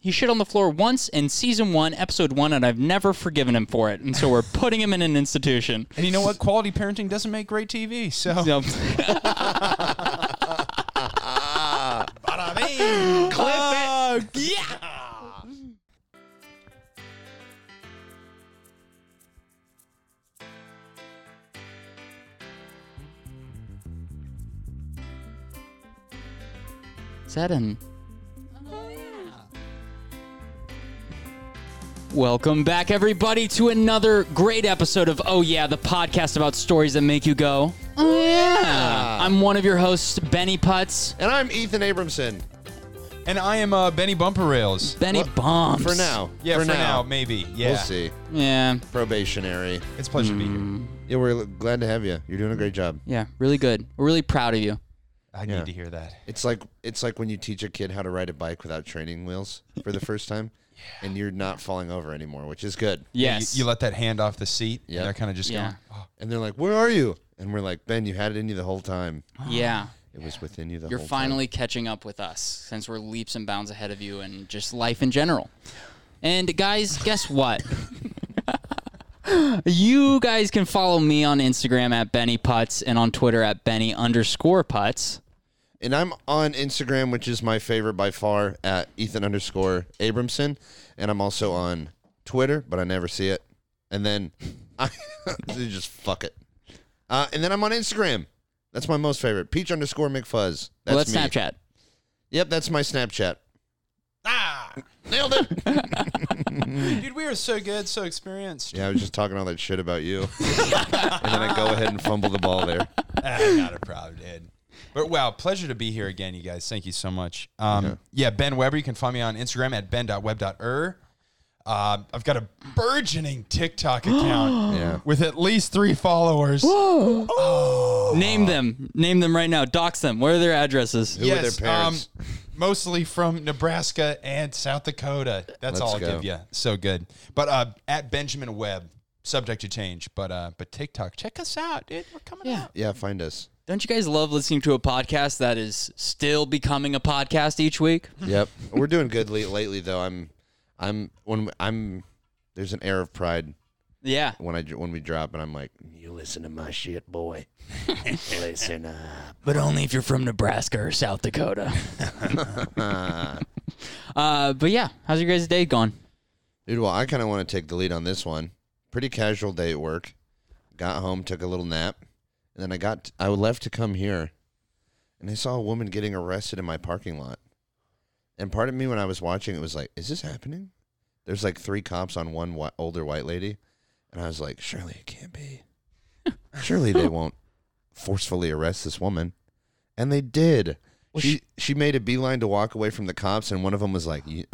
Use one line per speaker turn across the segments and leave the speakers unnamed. He shit on the floor once in season one, episode one, and I've never forgiven him for it. And so we're putting him in an institution.
And you know what? Quality parenting doesn't make great TV. So
So-
Uh,
Is that an? Welcome back, everybody, to another great episode of Oh Yeah, the podcast about stories that make you go. Oh yeah! I'm one of your hosts, Benny Putz.
And I'm Ethan Abramson.
and I am uh, Benny Bumper Rails.
Benny bombs
For now.
Yeah, for, now. maybe. Yeah,
We'll see. Mm,
Yeah,
Probationary.
it's a pleasure to be here.
Yeah, we're glad to have you. You're doing a great job.
yeah, really good. We're really proud of you.
I need
Yeah.
to hear that.
It's like it's like when you teach a kid how to ride a bike without training wheels for the first time, and you're not falling over anymore, which is good.
Yes,
You, you let that hand off the seat. Yeah,
Yeah.
they're kind of just
Yeah.
going. Oh,
And they're like, "Where are you?" And we're like, "Ben, you had it in you the whole time.
yeah.
It was within you the
You're
whole
finally catching up with us since we're leaps and bounds ahead of you and just life in general. And guys, guess what? you guys can follow me on Instagram at Benny Putz and on Twitter at Benny underscore Putz.
time." And I'm on Instagram, which is my favorite by far, at Ethan underscore Abramson, and I'm also on Twitter, but I never see it. And then I just fuck it. Uh, and then I'm on Instagram. That's my most favorite. Peach underscore McFuzz. That's,
Well, that's
me.
Snapchat.
Yep, that's my Snapchat.
ah,
Nailed it.
dude, we are so good, so experienced.
yeah, I was just talking all that shit about you, and then I go ahead and fumble the ball there.
Ah, not a problem, dude. But wow, pleasure to be here again, you guys. Thank you so much. Um, yeah. Ben Weber, you can find me on Instagram at ben.web.er. Um, I've got a burgeoning TikTok account
Yeah.
with at least three followers.
Name them. Name them right now. Dox them. What are their addresses?
Who are their parents?
Um, mostly from Nebraska and South Dakota. That's
Let's
all I'll
go.
give you. So good. But uh, at Benjamin Webb, subject to change. But uh, but TikTok, check us out, dude. We're coming
Yeah.
out.
yeah, find us.
Don't you guys love listening to a podcast that is still becoming a podcast each week?
Yep, we're doing good le- lately though. I'm, I'm when I'm there's an air of pride
Yeah.
when I when we drop, and I'm like, you listen to my shit, boy. listen up.
but only if you're from Nebraska or South Dakota. uh, but yeah, how's your guys' day gone?
Dude, well, I kind of want to take the lead on this one. Pretty casual day at work. Got home, took a little nap, and then I got I left to come here, and I saw a woman getting arrested in my parking lot. And part of me, when I was watching, it was like, "Is this happening?" There's like three cops on one whi older white lady, and I was like, "Surely it can't be. Surely they won't forcefully arrest this woman." And they did. she she made a beeline to walk away from the cops, and one of them was like, "You-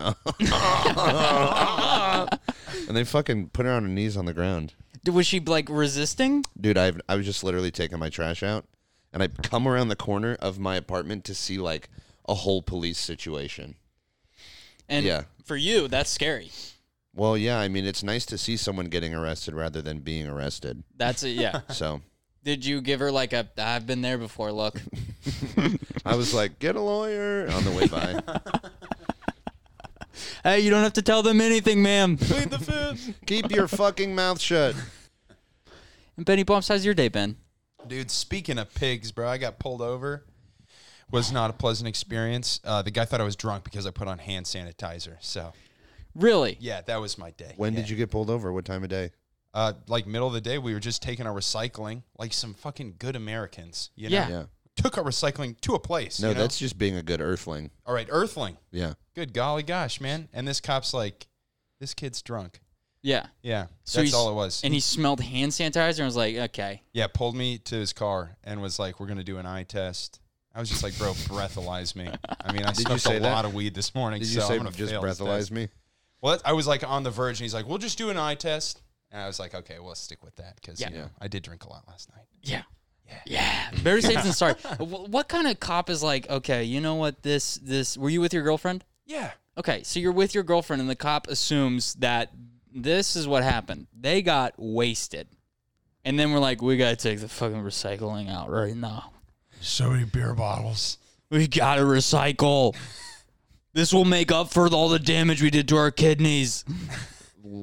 and they fucking put her on her knees on the ground.
D- Was she like resisting?
Dude, I I was just literally taking my trash out, and I come around the corner of my apartment to see like a whole police situation.
And
Yeah.
for you, that's scary.
Well, yeah, I mean it's nice to see someone getting arrested rather than being arrested.
That's it. Yeah.
So
Did you give her like a I've been there before look?
I was like, get a lawyer on the way by.
hey, you don't have to tell them anything, ma'am.
Plead the fifth.
Keep your fucking mouth shut.
and Benny Bumps, how's your day been?
Dude, speaking of pigs, bro, I got pulled over. Was not a pleasant experience. Uh, the guy thought I was drunk because I put on hand sanitizer. So
Really?
yeah, that was my day.
When did you get pulled over? What time of day?
Uh, like middle of the day, we were just taking our recycling, like some fucking good Americans. You know?
Yeah.
Yeah.
Took our recycling to a place.
No,
you know?
that's just being a good earthling.
all right. Earthling.
Yeah.
Good golly gosh, man! And this cop's like, this kid's drunk.
Yeah.
Yeah,
So
that's
he's-
all it was.
And he smelled hand sanitizer and was like, okay.
yeah, pulled me to his car and was like, "We're gonna do an eye test." I was just like, "Bro, breathalyze me." I mean, I
you
smoked
say
a
that?
lot of weed this morning.
Did you
so
say
I'm gonna
just
fail this
breathalyze
test.
me?
Well, that's- I was like on the verge, and he's like, "We'll just do an eye test," and I was like, "Okay, well, let's stick with that because
Yeah.
you know I did drink a lot last night."
Yeah. Yeah. Better safe than sorry. Wh- what kind of cop is like, okay, you know what this this were you with your girlfriend?
Yeah,
Okay, so you're with your girlfriend, and the cop assumes that this is what happened. They got wasted. And then we're like, we gotta take the fucking recycling out right now.
so many beer bottles.
We gotta recycle. This will make up for all the damage we did to our kidneys.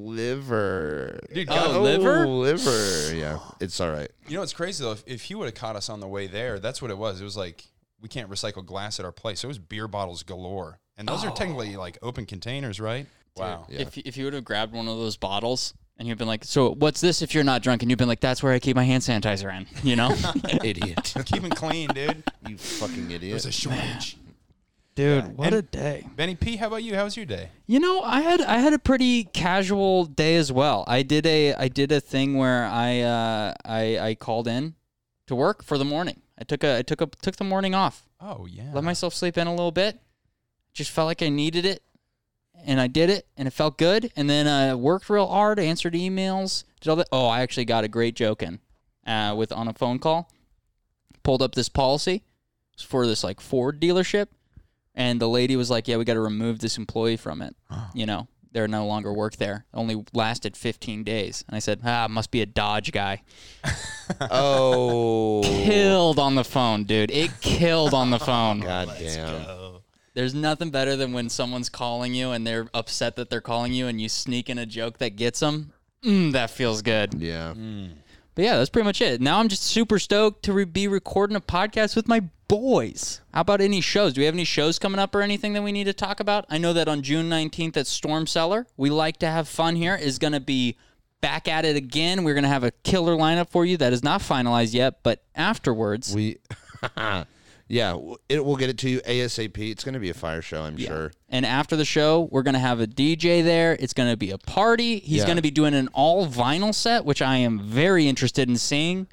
Liver.
Dude,
Oh,
God,
liver?
Liver. Yeah, it's all right.
you know what's crazy though? If, if he would have caught us on the way there, that's what it was. It was like we can't recycle glass at our place. It was beer bottles galore, and those
Oh.
are technically like open containers, right? Wow.
Yeah.
If if you would have grabbed one of those bottles and you've been like, so what's this? If you're not drunk, and you've been like, that's where I keep my hand sanitizer in. You know,
Idiot.
Keep it clean, dude.
you fucking
There's
idiot.
a shortage.
dude,
what a
day.
Benny P, how about you? How was your day?
You know, I had I had a pretty casual day as well. I did a I did a thing where I uh, I I called in to work for the morning. I took a I took a took the morning off.
Oh yeah.
Let myself sleep in a little bit. Just felt like I needed it, and I did it, and it felt good. And then uh, worked real hard, answered emails, did all that. Oh, I actually got a great joke in uh, with on a phone call. Pulled up this policy It's for this like Ford dealership, and the lady was like, "Yeah, we got to remove this employee from it. You know, they're no longer work there. Only lasted 15 days." And I said, "Ah, must be a Dodge guy."
oh.
Killed on the phone, dude. It killed on the phone.
God damn.
Oh,
There's nothing better than when someone's calling you and they're upset that they're calling you and you sneak in a joke that gets them. Mm, that feels good.
Yeah.
But yeah, that's pretty much it. Now I'm just super stoked to re- be recording a podcast with my boys. How about any shows? Do we have any shows coming up or anything that we need to talk about? I know that on June 19th at Storm Cellar, we like to have fun here, is going to be back at it again. We're going to have a killer lineup for you that is not finalized yet, but afterwards.
We. yeah. w- It will get it to you ASAP. It's going to be a fire show, I'm sure.
And after the show, we're going to have a DJ there. It's going to be a party. He's
Yeah.
going to be doing an all vinyl set, which I am very interested in seeing.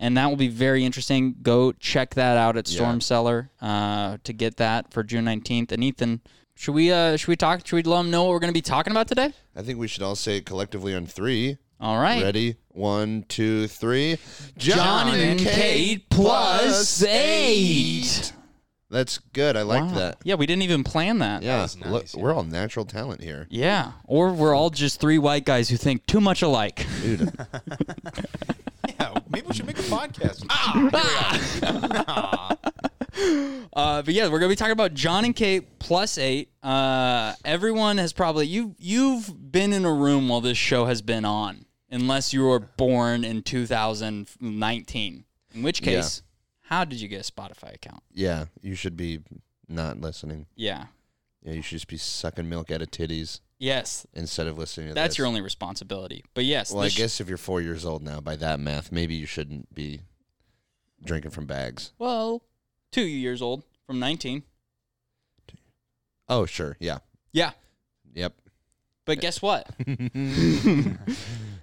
And that will be very interesting. Go check that out at Storm Cellar uh, to get that for June 19th. And Ethan, should we uh, should we talk? Should we let them know what we're going to be talking about today?
I think we should all say it collectively on three.
All right.
Ready? One, two, three.
John and Kate plus eight.
That's good. I like
Wow.
that.
Yeah, we didn't even plan that.
Yeah.
was
look,
nice,
We're all natural talent here.
Yeah. Or we're all just three white guys who think too much alike.
Dude,
Yeah, maybe we should make a podcast. Ah,
Uh, but yeah, we're gonna be talking about John and Kate plus eight. Uh, everyone has probably you you've been in a room while this show has been on, unless you were born in 2019. In which
Yeah.
case, how did you get a Spotify account?
yeah. You should be not listening.
Yeah.
Yeah. You should just be sucking milk out of titties
Yes,
instead of listening to
that's
this.
your only responsibility. But yes,
Well, I
this-
guess if you're four years old now, by that math, maybe you shouldn't be drinking from bags.
well, two years old from 19.
Oh, sure. Yeah.
Yeah,
Yep.
but guess what?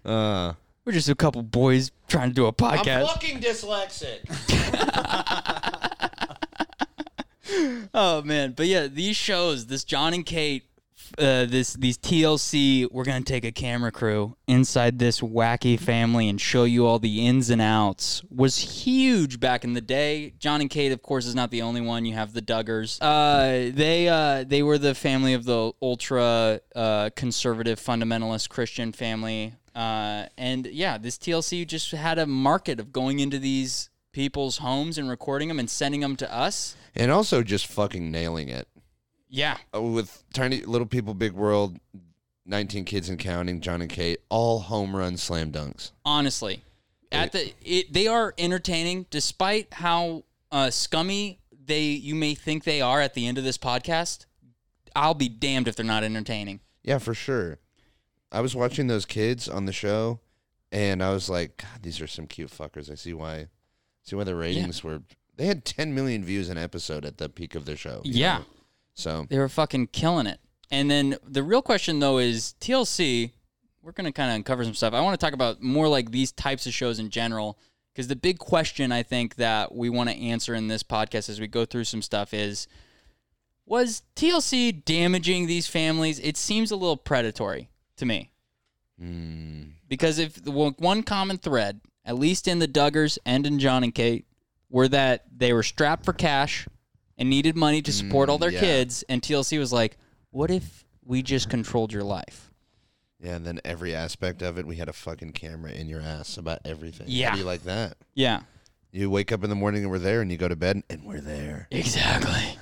Uh,
we're just a couple boys trying to do a podcast.
fucking dyslexic.
Oh man, but yeah, these shows, this John and Kate, uh, this these TLC, we're gonna take a camera crew inside this wacky family and show you all the ins and outs. Was huge back in the day. John and Kate, of course, is not the only one. You have the Duggars. Uh, they uh, they were the family of the ultra uh, conservative fundamentalist Christian family. Uh, and yeah, this TLC just had a market of going into these people's homes and recording them and sending them to us.
And also just fucking nailing it.
Yeah.
Uh, With Tiny Little People, Big World, 19 Kids and Counting, John and Kate, all home run slam dunks.
honestly at the it, they are entertaining despite how uh, scummy they you may think they are at the end of this podcast i'll be damned if they're not entertaining
Yeah, for sure. I was watching those kids on the show, and I was like, God, these are some cute fuckers. I see why, see why the ratings were. They had 10 million views an episode at the peak of their show. you
yeah
know? So
they were fucking killing it and then the real question though is tlc we're gonna kind of uncover some stuff i want to talk about more like these types of shows in general because the big question i think that we want to answer in this podcast as we go through some stuff is was TLC damaging these families? It seems a little predatory to me. Because if well, one common thread, at least in the Duggars and in John and Kate, were that they were strapped for cash and needed money to support all their
yeah.
kids, and TLC was like, "What if we just controlled your life?"
Yeah, and then every aspect of it, we had a fucking camera in your ass about everything.
Yeah.
How do you like that?
Yeah,
You wake up in the morning and we're there, and you go to bed and we're there.
exactly.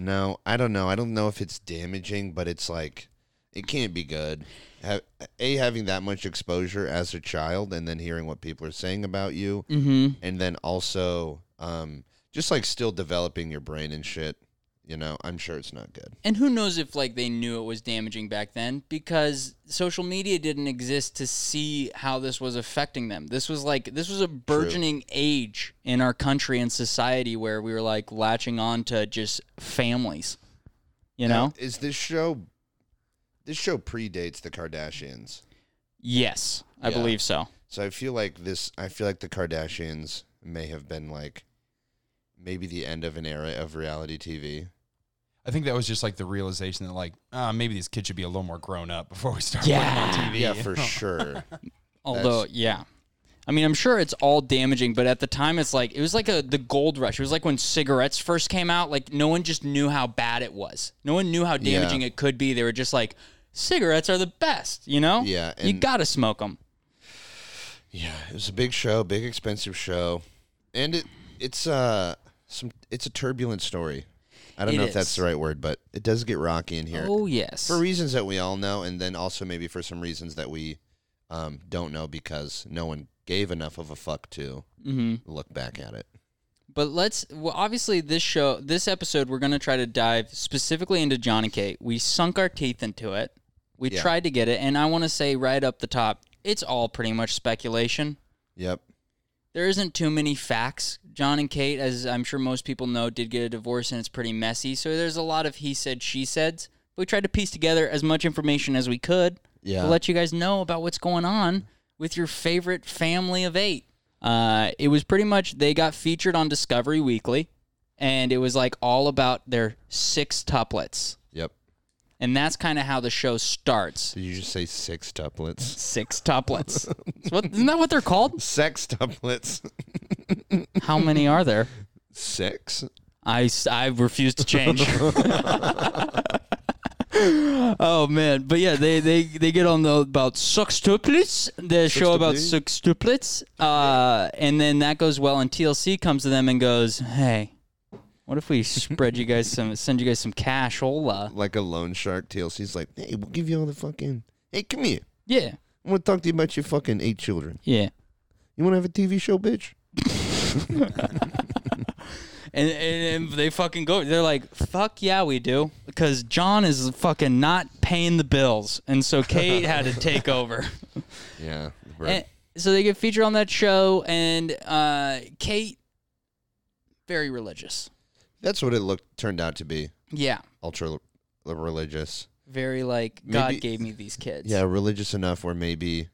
No, I don't know. I don't know if it's damaging, but it's like it can't be good. Ha- a having that much exposure as a child, and then hearing what people are saying about you,
Mm-hmm.
and then also um, just like still developing your brain and shit. You know, I'm sure it's not good.
And who knows if like they knew it was damaging back then because social media didn't exist to see how this was affecting them. This was like this was a burgeoning age in our country and society where we were like latching on to just families. You know?
Now, is this show? This show predates the Kardashians,
yes, I
Yeah.
believe so.
so I feel like this. I feel like the Kardashians may have been like maybe the end of an era of reality TV.
I think that was just like the realization that like uh, maybe these kids should be a little more grown up before we start
Yeah.
putting them on TV.
Yeah, for sure.
Although, yeah. I mean, I'm sure it's all damaging, but at the time, it's like it was like a the gold rush. It was like when cigarettes first came out. Like no one just knew how bad it was. No one knew how damaging it could be. They were just like, cigarettes are the best. You know?
Yeah,
you
and-
gotta smoke them.
Yeah, it was a big show, big expensive show, and it it's uh some it's a turbulent story. I don't
It
know if that's
is.
the right word, but it does get rocky in here
Oh yes.
for reasons that we all know, and then also maybe for some reasons that we um, don't know because no one gave enough of a fuck to
Mm-hmm.
look back at it.
But let's well, obviously this show, this episode, we're gonna try to dive specifically into John and Kate. We sunk our teeth into it. We
Yeah.
tried to get it, and I want to say right up the top, it's all pretty much speculation.
Yep.
there isn't too many facts. John and Kate, as I'm sure most people know, did get a divorce and it's pretty messy. So there's a lot of he said, she saids. We tried to piece together as much information as we could
Yeah.
to let you guys know about what's going on with your favorite family of eight. Uh, it was pretty much they got featured on Discovery Weekly, and it was like all about their six tuplets,
Yep.
and that's kind of how the show starts.
Did you just say six tuplets?
Six tuplets. It's what, isn't that what they're called?
Sex tuplets.
How many are there?
Six.
I, s- I refuse to change. oh man, but yeah, they they, they get on the about sextuplets. The show about sextuplets, uh, and then that goes well, and TLC comes to them and goes, "Hey, what if we spread you guys some, send you guys some cash, hola?
Like a loan shark. TLC's like, hey, we'll give you all the fucking. Hey, come here.
Yeah,
I want to talk to you about your fucking eight children.
yeah."
You want to have a TV show, bitch?
And, and, and they fucking go. They're like, "Fuck yeah, we do," because John is fucking not paying the bills, and so Kate had to take over.
Yeah.
And- so they get featured on that show, and uh, Kate, very religious.
That's what it looked turned out to be.
Yeah,
Ultra li- religious.
very like God
Maybe-
gave me these kids.
Yeah, religious enough where maybe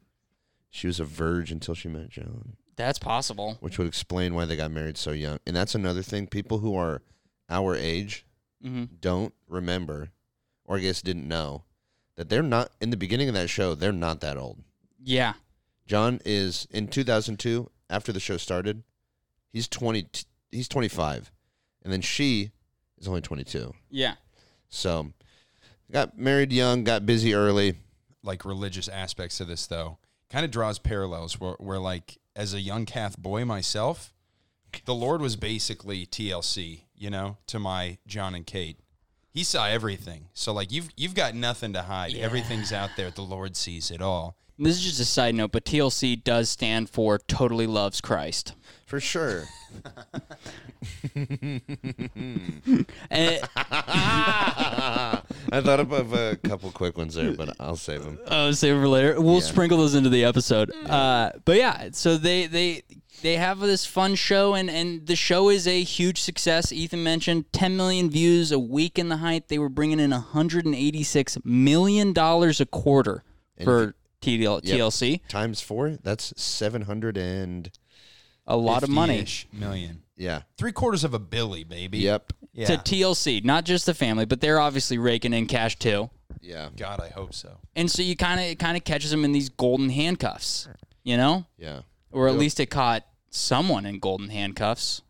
she was a verge until she met John,
that's possible.
which would explain why they got married so young. And that's another thing people who are our age
hmm
don't remember or I guess didn't know that they're not in the beginning of that show, they're not that old.
Yeah,
John is in 2002 after the show started, he's 20 he's 25 and then she is only 22.
yeah,
So, got married young, got busy early.
like religious aspects to this though kind of draws parallels where, where like as a young cath boy myself the lord was basically tlc you know to my john and kate he saw everything so like you've you've got nothing to hide everything's out there the lord sees it all
this is just a side note, but TLC does stand for Totally Loves Christ.
For sure.
And
I thought up of a couple quick ones there, but I'll save them.
Oh, save it for later. We'll sprinkle those into the episode. Uh, but yeah, so they they they have this fun show, and and the show is a huge success. Ethan mentioned 10 million views a week in the height. They were bringing in 186 million dollars a quarter for TDL,
Yep.
TLC.
Times four, that's 700 and.
A lot of money
50-ish million
Yeah.
three quarters of a billy baby
Yep.
yeah
to TLC, not just the family, but they're obviously raking in cash too.
Yeah.
god i hope so
And so you kind of it kind of catches them in these golden handcuffs, you know,
Yeah.
or at
Yep.
least it caught someone in golden handcuffs.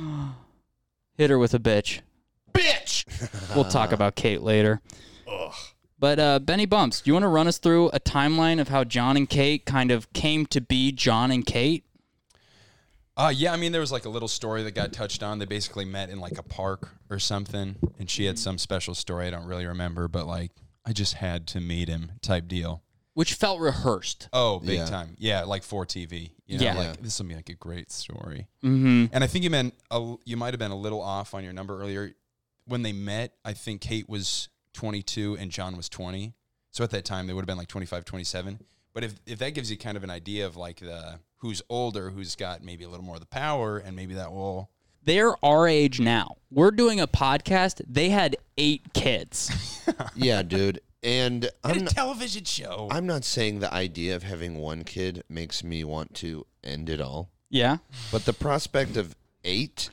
Hit her with a bitch.
bitch
We'll talk about Kate later. But uh, Benny Bumps, do you want to run us through a timeline of how John and Kate kind of came to be John and Kate?
Uh, yeah, I mean, there was like a little story that got touched on. They basically met in like a park or something, and she
Mm-hmm.
had some special story. I don't really remember, but like, I just had to meet him type deal.
which felt rehearsed.
Oh, big
Yeah.
time. Yeah, like for TV. You know,
Yeah.
Like, this will be like a great story.
Mm-hmm.
And I think you meant, a, you might have been a little off on your number earlier. When they met, I think Kate was 22 and John was 20. So at that time, they would have been like 25, 27. But if, if that gives you kind of an idea of like the who's older, who's got maybe a little more of the power, and maybe that will.
They're our age now. We're doing a podcast. They had eight kids.
yeah, dude. And I'm not,
television show.
I'm not saying the idea of having one kid makes me want to end it all,
Yeah.
but the prospect of eight,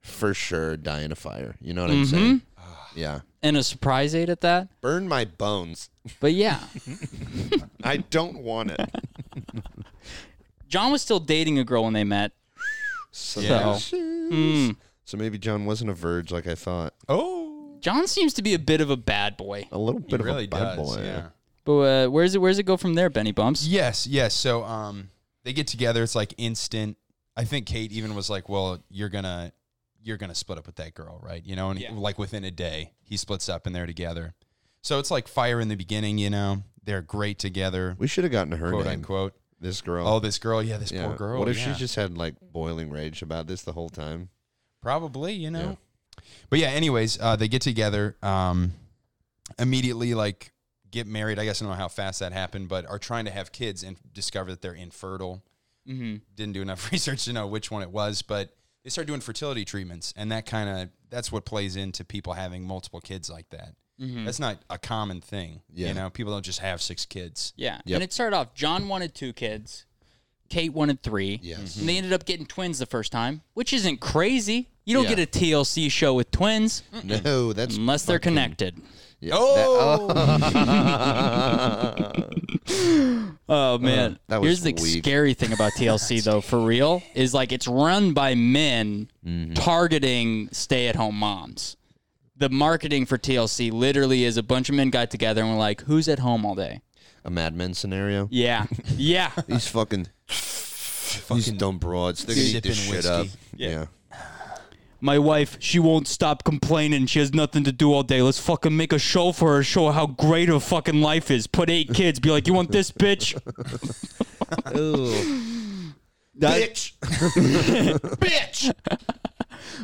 for sure, die in a fire. You know what I'm saying? Yeah.
And a surprise eight at that.
Burn my bones.
But yeah,
I don't want it.
John was still dating a girl when they met.
So,
Yeah.
Mm.
so maybe John wasn't a verge like I thought.
oh,
John seems to be a bit of a bad boy.
A little
he
bit
really
of a bad
does.
boy.
Yeah.
But uh, where's it? Where's it go from there, Benny Bumps?
Yes, yes. So um, they get together. It's like instant. I think Kate even was like, "Well, you're gonna, you're gonna split up with that girl, right?" You know, and
Yeah.
like within a day, he splits up and they're together. So it's like fire in the beginning. You know, they're great together,
We should have gotten her
quote
name.
unquote.
This girl.
Oh, this girl, yeah, this
yeah.
poor girl.
What if
yeah.
she just had like boiling rage about this the whole time?
Probably, you know. But yeah, anyways, uh, they get together, um, immediately like get married. I guess I don't know how fast that happened, but are trying to have kids and discover that they're infertile.
Mm-hmm.
Didn't do enough research to know which one it was, but they start doing fertility treatments, and that kind of that's what plays into people having multiple kids like that. That's not a common thing,
Yeah.
you know. People don't just have six kids.
Yeah.
Yep.
And it started off. John wanted two kids. Kate wanted three.
Yes. Mm-hmm.
And they ended up getting twins the first time, which isn't crazy. You don't
Yeah.
get a TLC show with twins
No, that's
unless they're connected.
yeah, that-
Oh,
Oh man,
Uh, that was
here's the
weak.
scary thing about TLC though. For real, is like it's run by men
Mm-hmm.
targeting stay-at-home moms. The marketing for TLC literally is a bunch of men got together and were like, "Who's at home all day?"
a Mad Men scenario.
Yeah, yeah.
These fucking, these dumb broads. They're gonna eat this
Sipping
shit up.
whiskey.
Yeah.
My wife, she won't stop complaining. She has nothing to do all day. Let's fucking make a show for her, show her how great her fucking life is. Put eight kids, be like, "You want this, bitch?"
oh,
That-
Bitch.
bitch.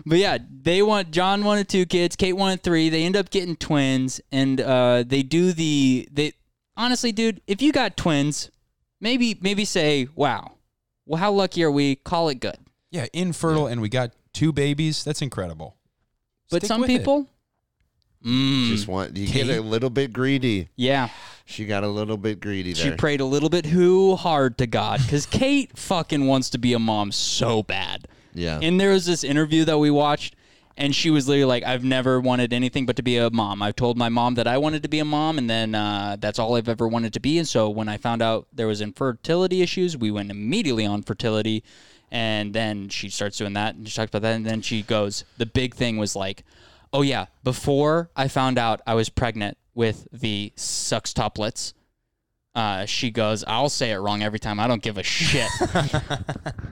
but yeah, they want John wanted two kids, Kate wanted three. They end up getting twins, and uh, they do the they. Honestly, dude, if you got twins, maybe maybe say, "Wow, well, how lucky are we?" Call it good.
yeah, infertile, and we got two babies. That's incredible.
But
Stick
some
with it.
people, mm,
Just want you get a little bit greedy.
yeah,
She got a little bit greedy
she
there.
prayed a little bit too hard to God because Kate fucking wants to be a mom so bad.
yeah.
And there was this interview that we watched, and she was literally like, "I've never wanted anything but to be a mom. I've told my mom that I wanted to be a mom, and then uh, that's all I've ever wanted to be. And so when I found out there was infertility issues, we went immediately on fertility, and then she starts doing that, and she talks about that, and then she goes, the big thing was like, oh yeah, before I found out I was pregnant with the sucks toplets. Uh, she goes, I'll say it wrong every time. I don't give a shit.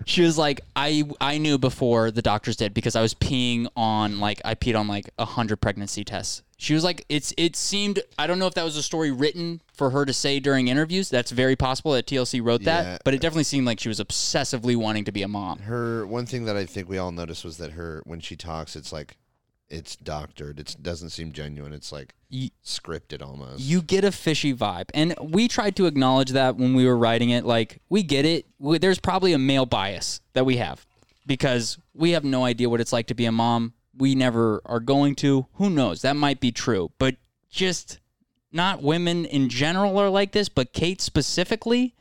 She was like, I I knew before the doctors did because I was peeing on like I peed on like a hundred pregnancy tests. She was like, it's it seemed I don't know if that was a story written for her to say during interviews. That's very possible that TLC wrote that,
Yeah.
but it definitely seemed like she was obsessively wanting to be a mom.
her one thing that I think we all noticed was that her when she talks, it's like it's doctored. It doesn't seem genuine. It's like
Ye-
scripted almost.
You get a fishy vibe, and we tried to acknowledge that when we were writing it. Like we get it. We, there's probably a male bias that we have because we have no idea what it's like to be a mom. We never are going to. Who knows? That might be true, but just not women in general are like this, but Kate specifically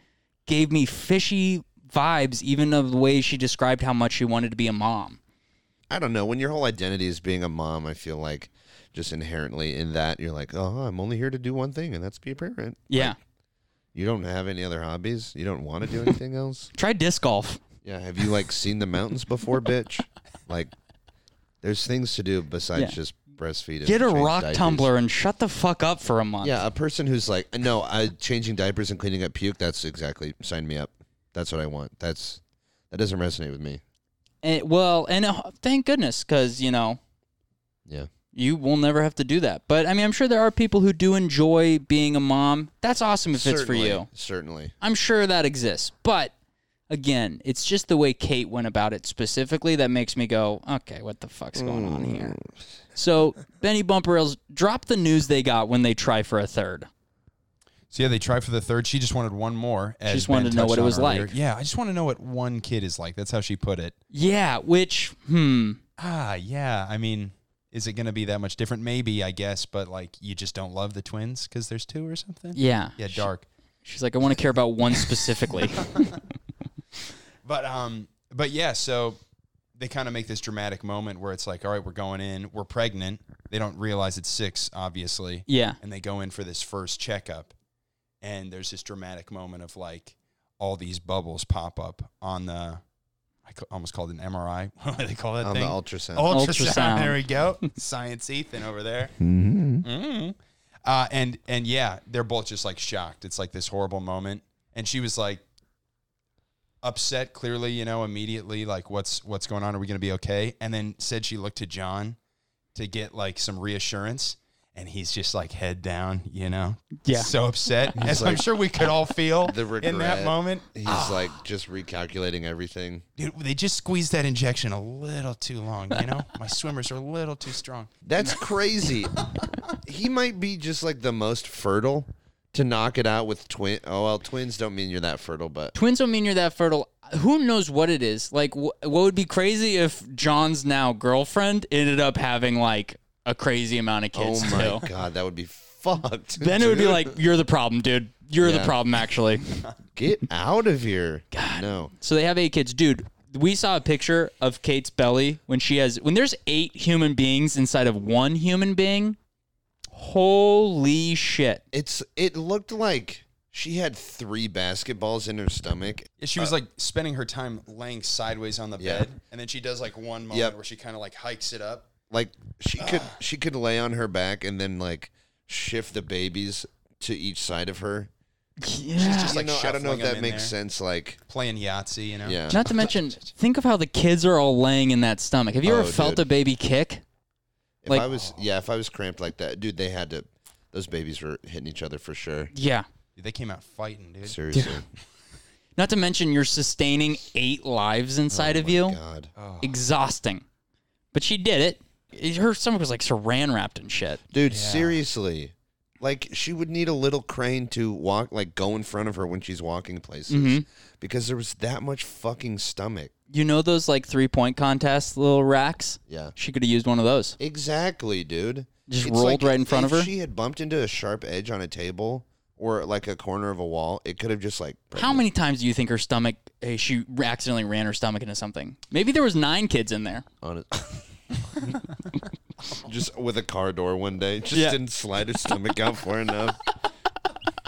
gave me fishy vibes, even of the way she described how much she wanted to be a mom.
I don't know. When your whole identity is being a mom, I feel like just inherently in that you're like, oh, I'm only here to do one thing, and that's be a parent.
Yeah.
You don't have any other hobbies. You don't want to do anything else.
Try disc golf.
Yeah. Have you like seen the mountains before, bitch? Like, there's things to do besides
Yeah.
just breastfeeding.
Get a rock tumbler and shut the fuck up for a month.
Yeah, a person who's like, no, I changing diapers and cleaning up puke. That's exactly sign me up. That's what I want. That's that doesn't resonate with me.
And, well, and uh, thank goodness, because you know
Yeah.
you will never have to do that. But I mean, I'm sure there are people who do enjoy being a mom. That's awesome if it's for
Certainly,
you.
Certainly.
I'm sure that exists. But again, it's just the way Kate went about it specifically that makes me go, okay, what the fuck's going on
Mm.
here? So Benny Bumperells drop the news they got when they try for a third.
So yeah, they tried for the third. She just wanted one more. As
just wanted
Ben
to know
touched
what it
on
was
earlier.
like.
Yeah, I just want to know what one kid is like. That's how she put it.
Yeah, which hmm,
Ah, yeah. I mean, is it going to be that much different? Maybe, I guess. But like, you just don't love the twins because there's two or something.
yeah.
Yeah,
She-
dark.
she's like, I want to care about one specifically.
But um, but yeah. So they kind of make this dramatic moment where it's like, all right, we're going in. We're pregnant. They don't realize it's six, obviously.
yeah,
and they go in for this first checkup and there's this dramatic moment of like all these bubbles pop up on the i ca- almost called an mri what do they call that
On
thing Oh,
the ultrasound.
ultrasound.
Ultrasound.
there we go science ethan over there
Mm-hmm.
mm Uh, and and yeah they're both just like shocked it's like this horrible moment and she was like upset clearly you know immediately like what's what's going on are we going to be okay and then said she looked to john to get like some reassurance and he's just like head down you know
Yeah.
so upset as i'm
like-
sure we could all feel
The
in that
regret.
moment
He's like just recalculating everything.
dude they just squeezed that injection a little too long you know my swimmers are a little too strong
That's crazy. he might be just like the most fertile to knock it out with twin. Oh well, twins don't mean you're that fertile, but
twins don't mean you're that fertile. Who knows what it is? Like, wh- what would be crazy if John's now girlfriend ended up having like a crazy amount of
oh
kids
my
too?
god, that would be fucked.
Then it would be
dude.
like, you're the problem, dude. You're the
Yeah.
problem, actually.
get out of here. God, no.
So they have eight kids, dude. We saw a picture of Kate's belly when she has when there's eight human beings inside of one human being. Holy shit!
It's it looked like she had three basketballs in her stomach.
Yeah, She was like spending her time laying sideways on the
Uh, Yeah.
bed, and then she does like one moment
Yep.
where she kind of like hikes it up.
Like she could she could lay on her back and then like shift the babies to each side of her.
Yeah.
Just
You
like
know, I don't know
shuffling
if
'em
that
in
makes
there.
sense. Like,
Playing Yahtzee, you know.
yeah,
Not to mention, think of how the kids are all laying in that stomach. Have you
Oh,
ever felt
dude.
a baby kick?
if
like-
I was, yeah, if I was cramped like that, dude, they had to. Those babies were hitting each other for sure.
Yeah.
They came out fighting, dude.
Seriously,
Not to mention, you're sustaining eight lives inside of you.
Oh God,
Exhausting. But she did it. it. Her stomach was like saran wrapped and shit.
dude, seriously, like she would need a little crane to walk, like go in front of her when she's walking places,
Mm-hmm.
because there was that much fucking stomach.
You know those like three point contest little racks?
Yeah,
She could have used one of those.
exactly, dude.
Just rolled right in front of
if
her?
She had bumped into a sharp edge on a table or like a corner of a wall. It could have just like
How many times do you think her stomach, eh, she accidentally ran her stomach into something? Maybe there was nine kids in there.
on it. just with a car door one day. Just
Yeah.
didn't slide his stomach out far enough.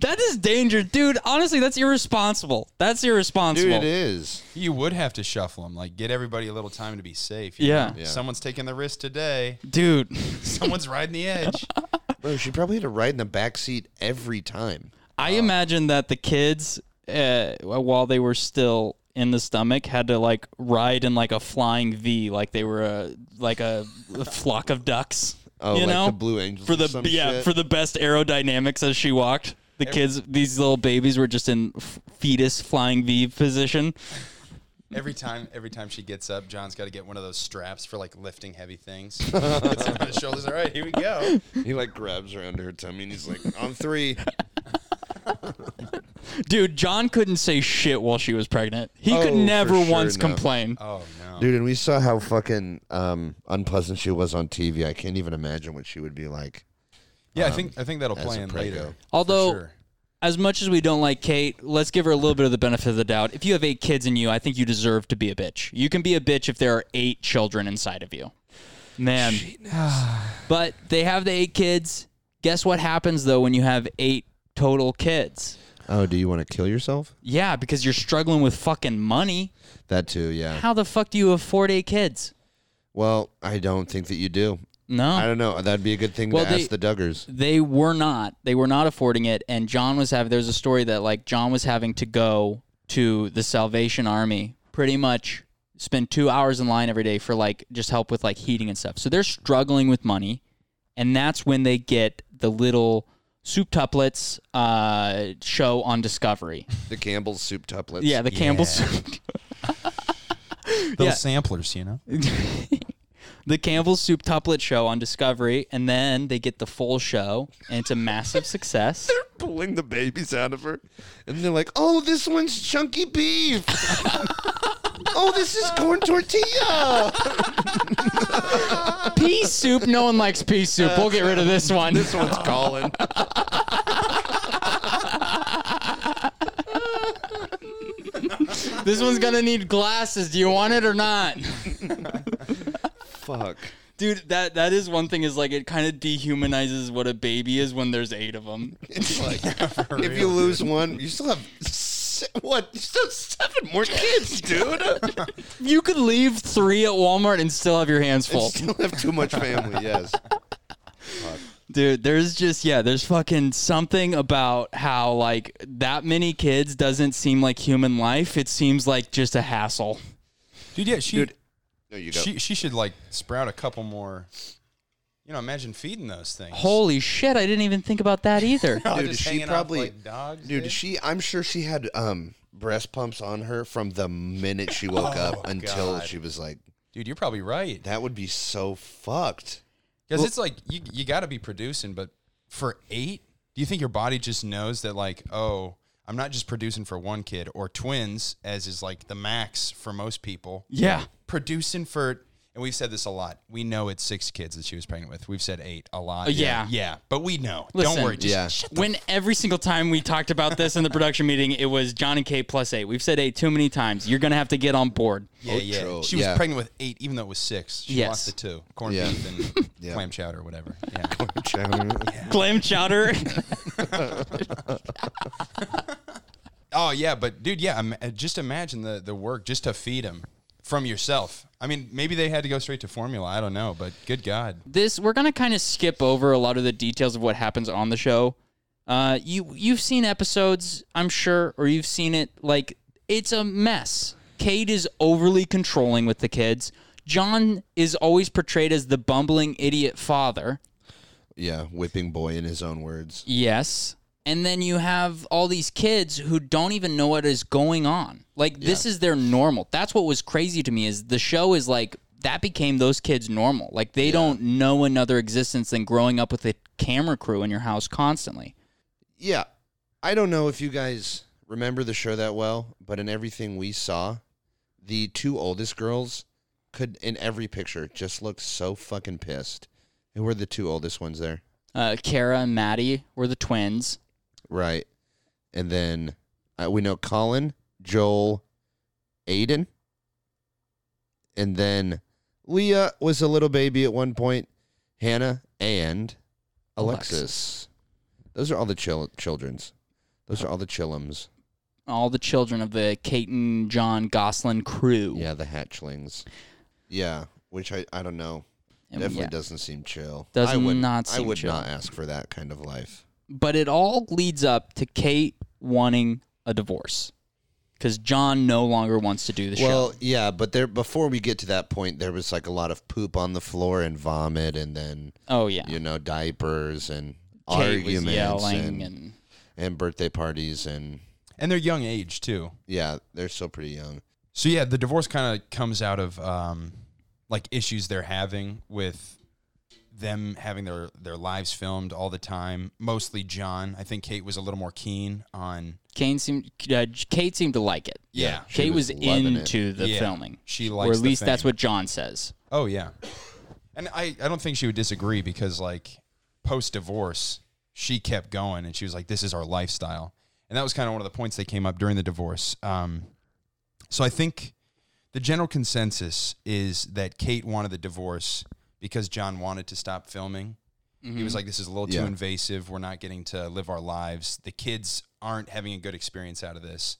That is danger, dude. Honestly, that's irresponsible. That's
Dude,
irresponsible.
it is.
You would have to shuffle them, like get everybody a little time to be safe. you
Yeah.
know?
Yeah.
Someone's taking the risk today.
Dude,
Someone's riding the edge.
Bro, she probably had to ride in the back seat every time.
I imagine that the kids, uh, while they were still in the stomach, had to like ride in like a flying V, like they were a like a, flock of ducks.
Oh,
you
like
know,
the Blue Angels.
for
or
the
some
yeah
shit.
for the best aerodynamics as she walked. The kids, these little babies, were just in f- fetus flying V position.
Every time, every time she gets up, John's got to get one of those straps for like lifting heavy things. Puts it on his shoulders. All right, here we go.
he like grabs her under her tummy and he's like, on three.
Dude, John couldn't say shit while she was pregnant. He could
Oh, for
never
sure,
once
no.
complain.
Oh no.
Dude, and we saw how fucking um, unpleasant she was on TV. I can't even imagine what she would be like.
Yeah, I think I think that'll
Um, as
play
a
in
prego.
later. for
Although-
sure.
As much as we don't like Kate, let's give her a little bit of the benefit of the doubt. If you have eight kids in you, I think you deserve to be a bitch. You can be a bitch if there are eight children inside of you. Man. but they have the eight kids. Guess what happens though when you have eight total kids?
Oh, do you want to kill yourself?
Yeah, because you're struggling with fucking money.
That too, yeah.
How the fuck do you afford eight kids?
Well, I don't think that you do.
No.
I don't know. That'd be a good thing
Well,
to
they-
ask the Duggars.
they were not they were not affording it and john was having there's a story that like john was having to go to the salvation army pretty much spend two hours in line every day for like just help with like heating and stuff. So they're struggling with money, and that's when they get the little soup tuplets uh, show on Discovery.
The Campbell's soup tuplets.
Yeah, the Campbell's
Little
Yeah.
samplers, you know?
the Campbell's soup tuplet show on Discovery, and then they get the full show, and it's a massive success.
pulling the babies out of her, and they're like, "Oh, this one's chunky beef. oh, this is corn tortilla.
pea soup. No one likes pea soup. We'll get rid of this one.
This one's calling."
This one's gonna need glasses. Do you want it or not?
Fuck.
Dude, that that is one thing. Is like it kind of dehumanizes what a baby is when there's eight of them.
It's like if you lose one, you still have se- what? You still have seven more kids, dude.
You could leave three at Walmart and still have your hands
You
full.
still have too much family. Yes.
Dude, there's just yeah, there's fucking something about how like that many kids doesn't seem like human life. It seems like just a hassle.
Dude, yeah, she,
Dude, No, you don't.
she she should like sprout a couple more. You know, imagine feeding those things.
Holy shit, I didn't even think about that either.
All
Dude,
just
she
hanging off
probably-
like dogs.
Dude, she I'm sure she had um breast pumps on her from the minute she woke up until
God.
she was like,
Dude, you're probably right.
that would be so fucked.
Because it's like you you got to be producing, but for eight, do you think your body just knows that like, oh, I'm not just producing for one kid or twins, as is like the max for most people.
Yeah.
Producing for, and we've said this a lot. We know it's six kids that she was pregnant with. We've said eight a lot.
Uh, yeah.
yeah, but we know.
Listen.
Don't worry. Just
Yeah.
When every single time we talked about this in the production meeting, it was John and Kate plus eight. We've said eight too many times. You're gonna have to get on board.
Yeah, yeah.
Oh, true.
She was
Yeah.
pregnant with eight, even though it was six. She
Yes.
lost the two corned
Yeah.
beef and
Yeah.
clam chowder, or whatever. Yeah.
Glam chowder.
Oh yeah, but dude, yeah, im- uh, just imagine the the work just to feed him from yourself. I mean, maybe they had to go straight to formula. I don't know, but good God,
this we're gonna kind of skip over a lot of the details of what happens on the show. Uh, you you've seen episodes, I'm sure, or you've seen it. Like it's a mess. Kate is overly controlling with the kids. John is always portrayed as the bumbling idiot father.
Yeah, whipping boy in his own words.
Yes. And then you have all these kids who don't even know what is going on. Like this is their normal. That's what was crazy to me is the show is like that became those kids normal. Like they don't know another existence than growing up with a camera crew in your house constantly.
Yeah. I don't know if you guys remember the show that well, but in everything we saw, the two oldest girls could in every picture just look so fucking pissed. Who were the two oldest ones there?
Uh, Kara and Maddie were the twins.
Right. And then uh, we know Colin, Joel, Aiden. And then Leah was a little baby at one point, Hannah, and Alexis. Those are all the chil- children's. Those are all the chillums.
All the children of the Kate and John Goslin crew.
Yeah, the hatchlings. Yeah, which I, I don't know.
And
Definitely
yeah.
doesn't seem chill.
Does
I would
not
I
seem
would
chill.
not ask for that kind of life.
but it all leads up to Kate wanting a divorce because John no longer wants to do the show.
Well, yeah, but there before we get to that point, there was like a lot of poop on the floor and vomit, and then
Oh yeah,
you know diapers and
Kate was
arguments
yelling
and, and
and
birthday parties and
and they're young age too.
yeah, they're still pretty young.
So yeah, the divorce kind of comes out of um, like issues they're having with them having their their lives filmed all the time. Mostly John. I think Kate was a little more keen on.
Kane seemed uh, Kate seemed to like it.
Yeah.
She
Kate was,
was loving it.
into the
Yeah.
filming,
She likes
or at
the
least that's
fame.
what John says.
Oh yeah, and I I don't think she would disagree because like post divorce she kept going and she was like this is our lifestyle and that was kind of one of the points that came up during the divorce. Um, so I think the general consensus is that Kate wanted the divorce because John wanted to stop filming. He was like, "This is a little too
Yeah.
invasive. We're not getting to live our lives. The kids aren't having a good experience out of this.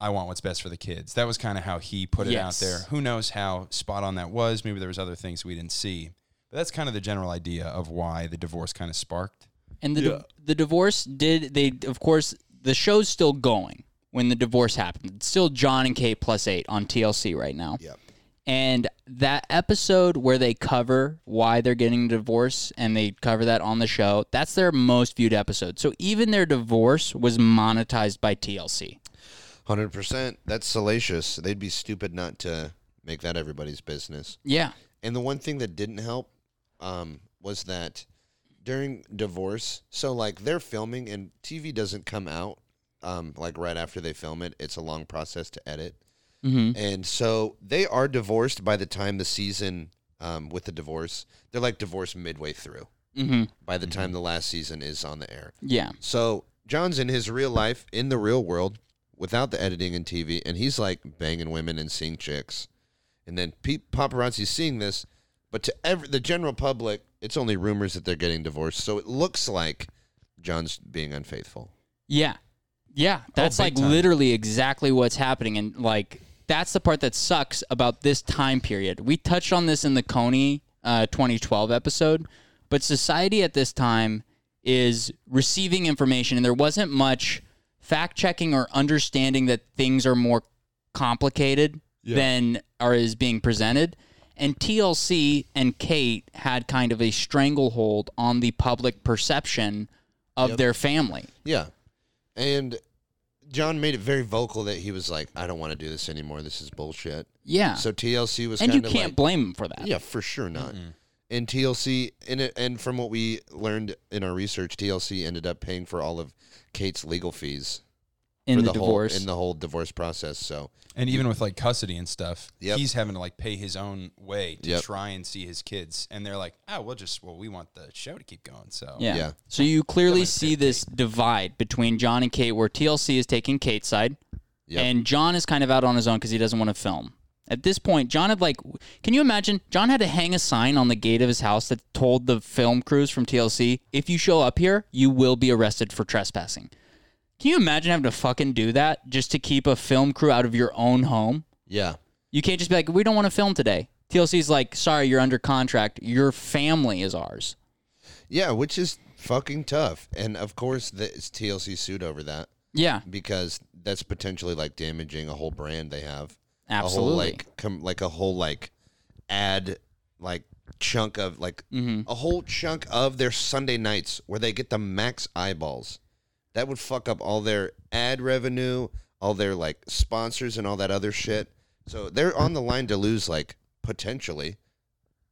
I want what's best for the kids." That was kind of how he put it
Yes.
out there. Who knows how spot on that was? Maybe there was other things we didn't see. But that's kind of the general idea of why the divorce kind of sparked.
And the di- the divorce did they of course the show's still going. when the divorce happened. It's still John and Kate plus eight on TLC right now.
Yep.
And that episode where they cover why they're getting a divorce and they cover that on the show, that's their most viewed episode. So even their divorce was monetized by TLC.
Hundred percent. That's salacious. They'd be stupid not to make that everybody's business.
Yeah.
And the one thing that didn't help um, was that during divorce, so like they're filming and TV doesn't come out um, like right after they film it. It's a long process to edit, and so they are divorced by the time the season um, with the divorce. They're like divorced midway through
Mm-hmm.
by the time the last season is on the air.
Yeah.
So John's in his real life, in the real world, without the editing and TV, and he's like banging women and seeing chicks. And then pe- paparazzi's seeing this, but to ever the general public, it's only rumors that they're getting divorced. So it looks like John's being unfaithful.
Yeah. Yeah. That's
Oh, big
like
time.
literally exactly what's happening. And like, that's the part that sucks about this time period. We touched on this in the Coney uh, 2012 episode, but society at this time is receiving information, and there wasn't much fact checking or understanding that things are more complicated than are is being presented. And TLC and Kate had kind of a stranglehold on the public perception of their family.
Yeah. And John made it very vocal that he was like, I don't want to do this anymore. This is bullshit.
Yeah.
So TLC was
and you
kinda
can't
like-
blame him for that.
Yeah, for sure not. And TLC and it, and from what we learned in our research, TLC ended up paying for all of Kate's legal fees
in
for
the, divorce.
whole in the whole divorce process. So
And even with like custody and stuff,
Yep.
he's having to like pay his own way to
Yep.
try and see his kids. And they're like, oh, we'll just, well, we want the show to keep going. So,
yeah.
Yeah.
So you clearly see this divide between John and Kate, where TLC is taking Kate's side,
Yep.
and John is kind of out on his own because he doesn't want to film. At this point, John had like, can you imagine? John had to hang a sign on the gate of his house that told the film crews from TLC, if you show up here, you will be arrested for trespassing. Can you imagine having to fucking do that just to keep a film crew out of your own home?
yeah,
You can't just be like, we don't want to film today. TLC's like, sorry, you're under contract. Your family is ours.
yeah, which is fucking tough. And of course, the, it's TLC sued over that
Yeah,
because that's potentially like damaging a whole brand they have. A whole,
absolutely.
like com- like a whole like ad like chunk of like a whole chunk of their Sunday nights where they get the max eyeballs. That would fuck up all their ad revenue, all their like sponsors and all that other shit. So they're on the line to lose like potentially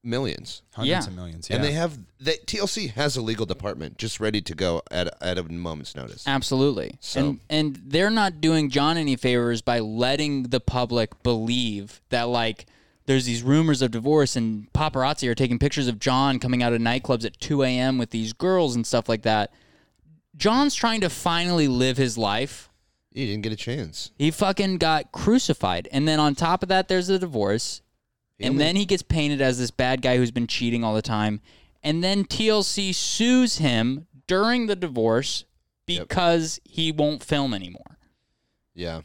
millions.
hundreds
Yeah.
of millions. Yeah.
And they have the TLC has a legal department just ready to go at at a moment's notice.
absolutely.
So-
And and they're not doing John any favors by letting the public believe that like there's these rumors of divorce and paparazzi are taking pictures of John coming out of nightclubs at 2 a.m. with these girls and stuff like that. John's trying to finally live his life.
You didn't get a chance.
He fucking got crucified. And then on top of that, there's the divorce. and then he gets painted as this bad guy who's been cheating all the time. And then TLC sues him during the divorce because he won't film anymore.
Yeah.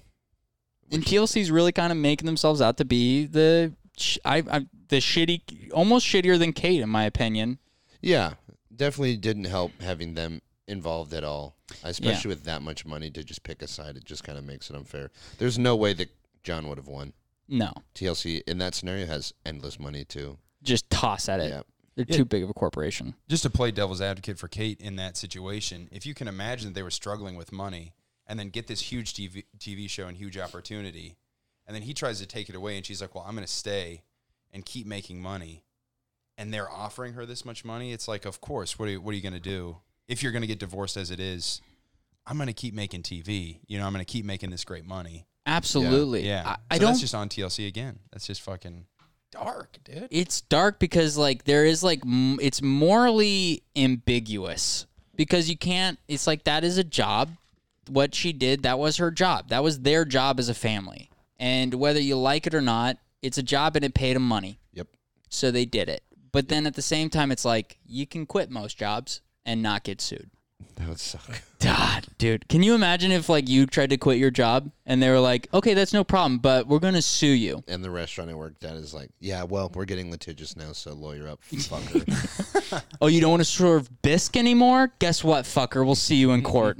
And TLC's really kind of making themselves out to be the sh- I, I the shitty, almost shittier than Kate, in my opinion.
Yeah, definitely didn't help having them involved at all, especially with that much money to just pick a side. It just kind of makes it unfair. There's no way that John would have won.
No,
TLC in that scenario has endless money too.
just toss at it.
Yeah.
They're too big of a corporation.
just to play devil's advocate for Kate in that situation, if you can imagine that they were struggling with money and then get this huge TV, TV show and huge opportunity, and then he tries to take it away, and she's like, "Well, I'm going to stay and keep making money," and they're offering her this much money. It's like, of course, what are you, what are you going to do if you're going to get divorced as it is? I'm going to keep making TV. You know, I'm going to keep making this great money.
Absolutely.
Yeah,
I, I
So
don't.
That's just on TLC again. That's just fucking dark, dude.
it's dark because like there is like m- it's morally ambiguous because you can't it's like that is a job what she did that was her job that was their job as a family and whether you like it or not it's a job and it paid them money
Yep.
so they did it but then at the same time it's like you can quit most jobs and not get sued
That would suck.
God, dude, can you imagine if like you tried to quit your job and they were like, "Okay, that's no problem, but we're gonna sue you."
And the restaurant I worked at is like, yeah, well, we're getting litigious now, so lawyer up, fucker.
Oh, you don't want to serve bisque anymore? Guess what, fucker? We'll see you in court.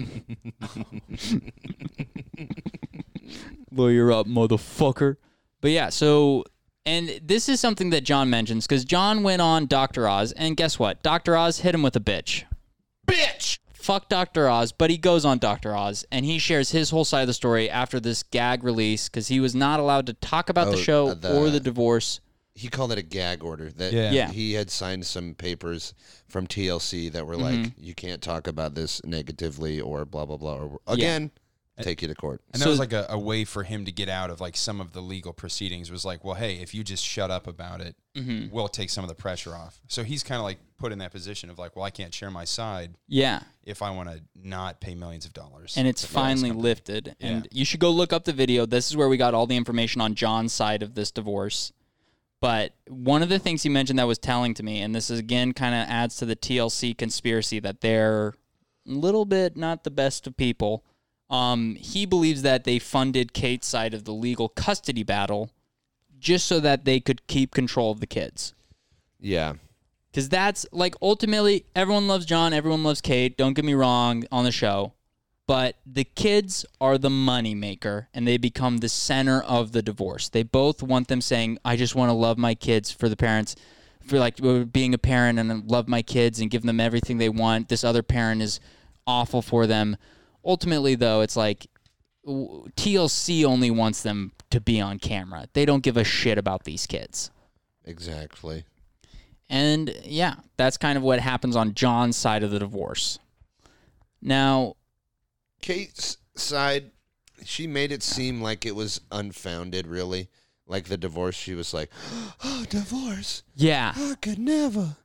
Lawyer up, motherfucker. But yeah, so and this is something that John mentions because John went on Dr. Oz, and guess what? Dr. Oz hit him with a bitch.
Bitch!
Fuck Dr. Oz, but he goes on Dr. Oz and he shares his whole side of the story after this gag release because he was not allowed to talk about the
Oh,
show
uh, the-
or the divorce.
He called it a gag order. That
Yeah.
Yeah.
he had signed some papers from TLC that were
Mm-hmm.
like, you can't talk about this negatively or blah blah blah. Or again, take you to court.
And that
So-
was like a, a way for him to get out of like some of the legal proceedings was like, well, hey, if you just shut up about it,
Mm-hmm.
we'll take some of the pressure off. So he's kind of like put in that position of like, well, I can't share my side
Yeah.
if I want to not pay millions of dollars.
and it's
to the last
finally
company.
lifted. And you should go look up the video. This is where we got all the information on John's side of this divorce. But one of the things he mentioned that was telling to me, and this is again kind of adds to the TLC conspiracy that they're a little bit not the best of people. Um, he believes that they funded Kate's side of the legal custody battle just so that they could keep control of the kids.
Yeah,
Because that's like ultimately, everyone loves John, everyone loves Kate. Don't get me wrong on the show. But the kids are the money maker and they become the center of the divorce. They both want them saying, I just want to love my kids for the parents, for like being a parent and love my kids and give them everything they want. This other parent is awful for them. Ultimately, though, it's like w- TLC only wants them to be on camera. They don't give a shit about these kids.
exactly.
And yeah, that's kind of what happens on John's side of the divorce. Now,
Kate's side, she made it seem like it was unfounded. Really, like the divorce. She was like, "Oh, divorce!
yeah,
I could never.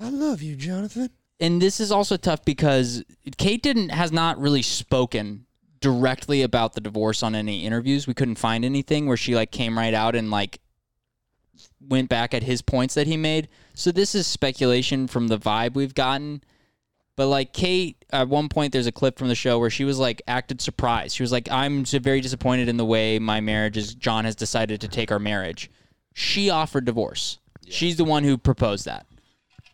I love you, Jonathan."
and this is also tough because Kate didn't has not really spoken directly about the divorce on any interviews. We couldn't find anything where she like came right out and like went back at his points that he made. So this is speculation from the vibe we've gotten. But like Kate, at one point, there's a clip from the show where she was like acted surprised. She was like, "I'm s- very disappointed in the way my marriage is. John has decided to take our marriage." She offered divorce. She's the one who proposed that.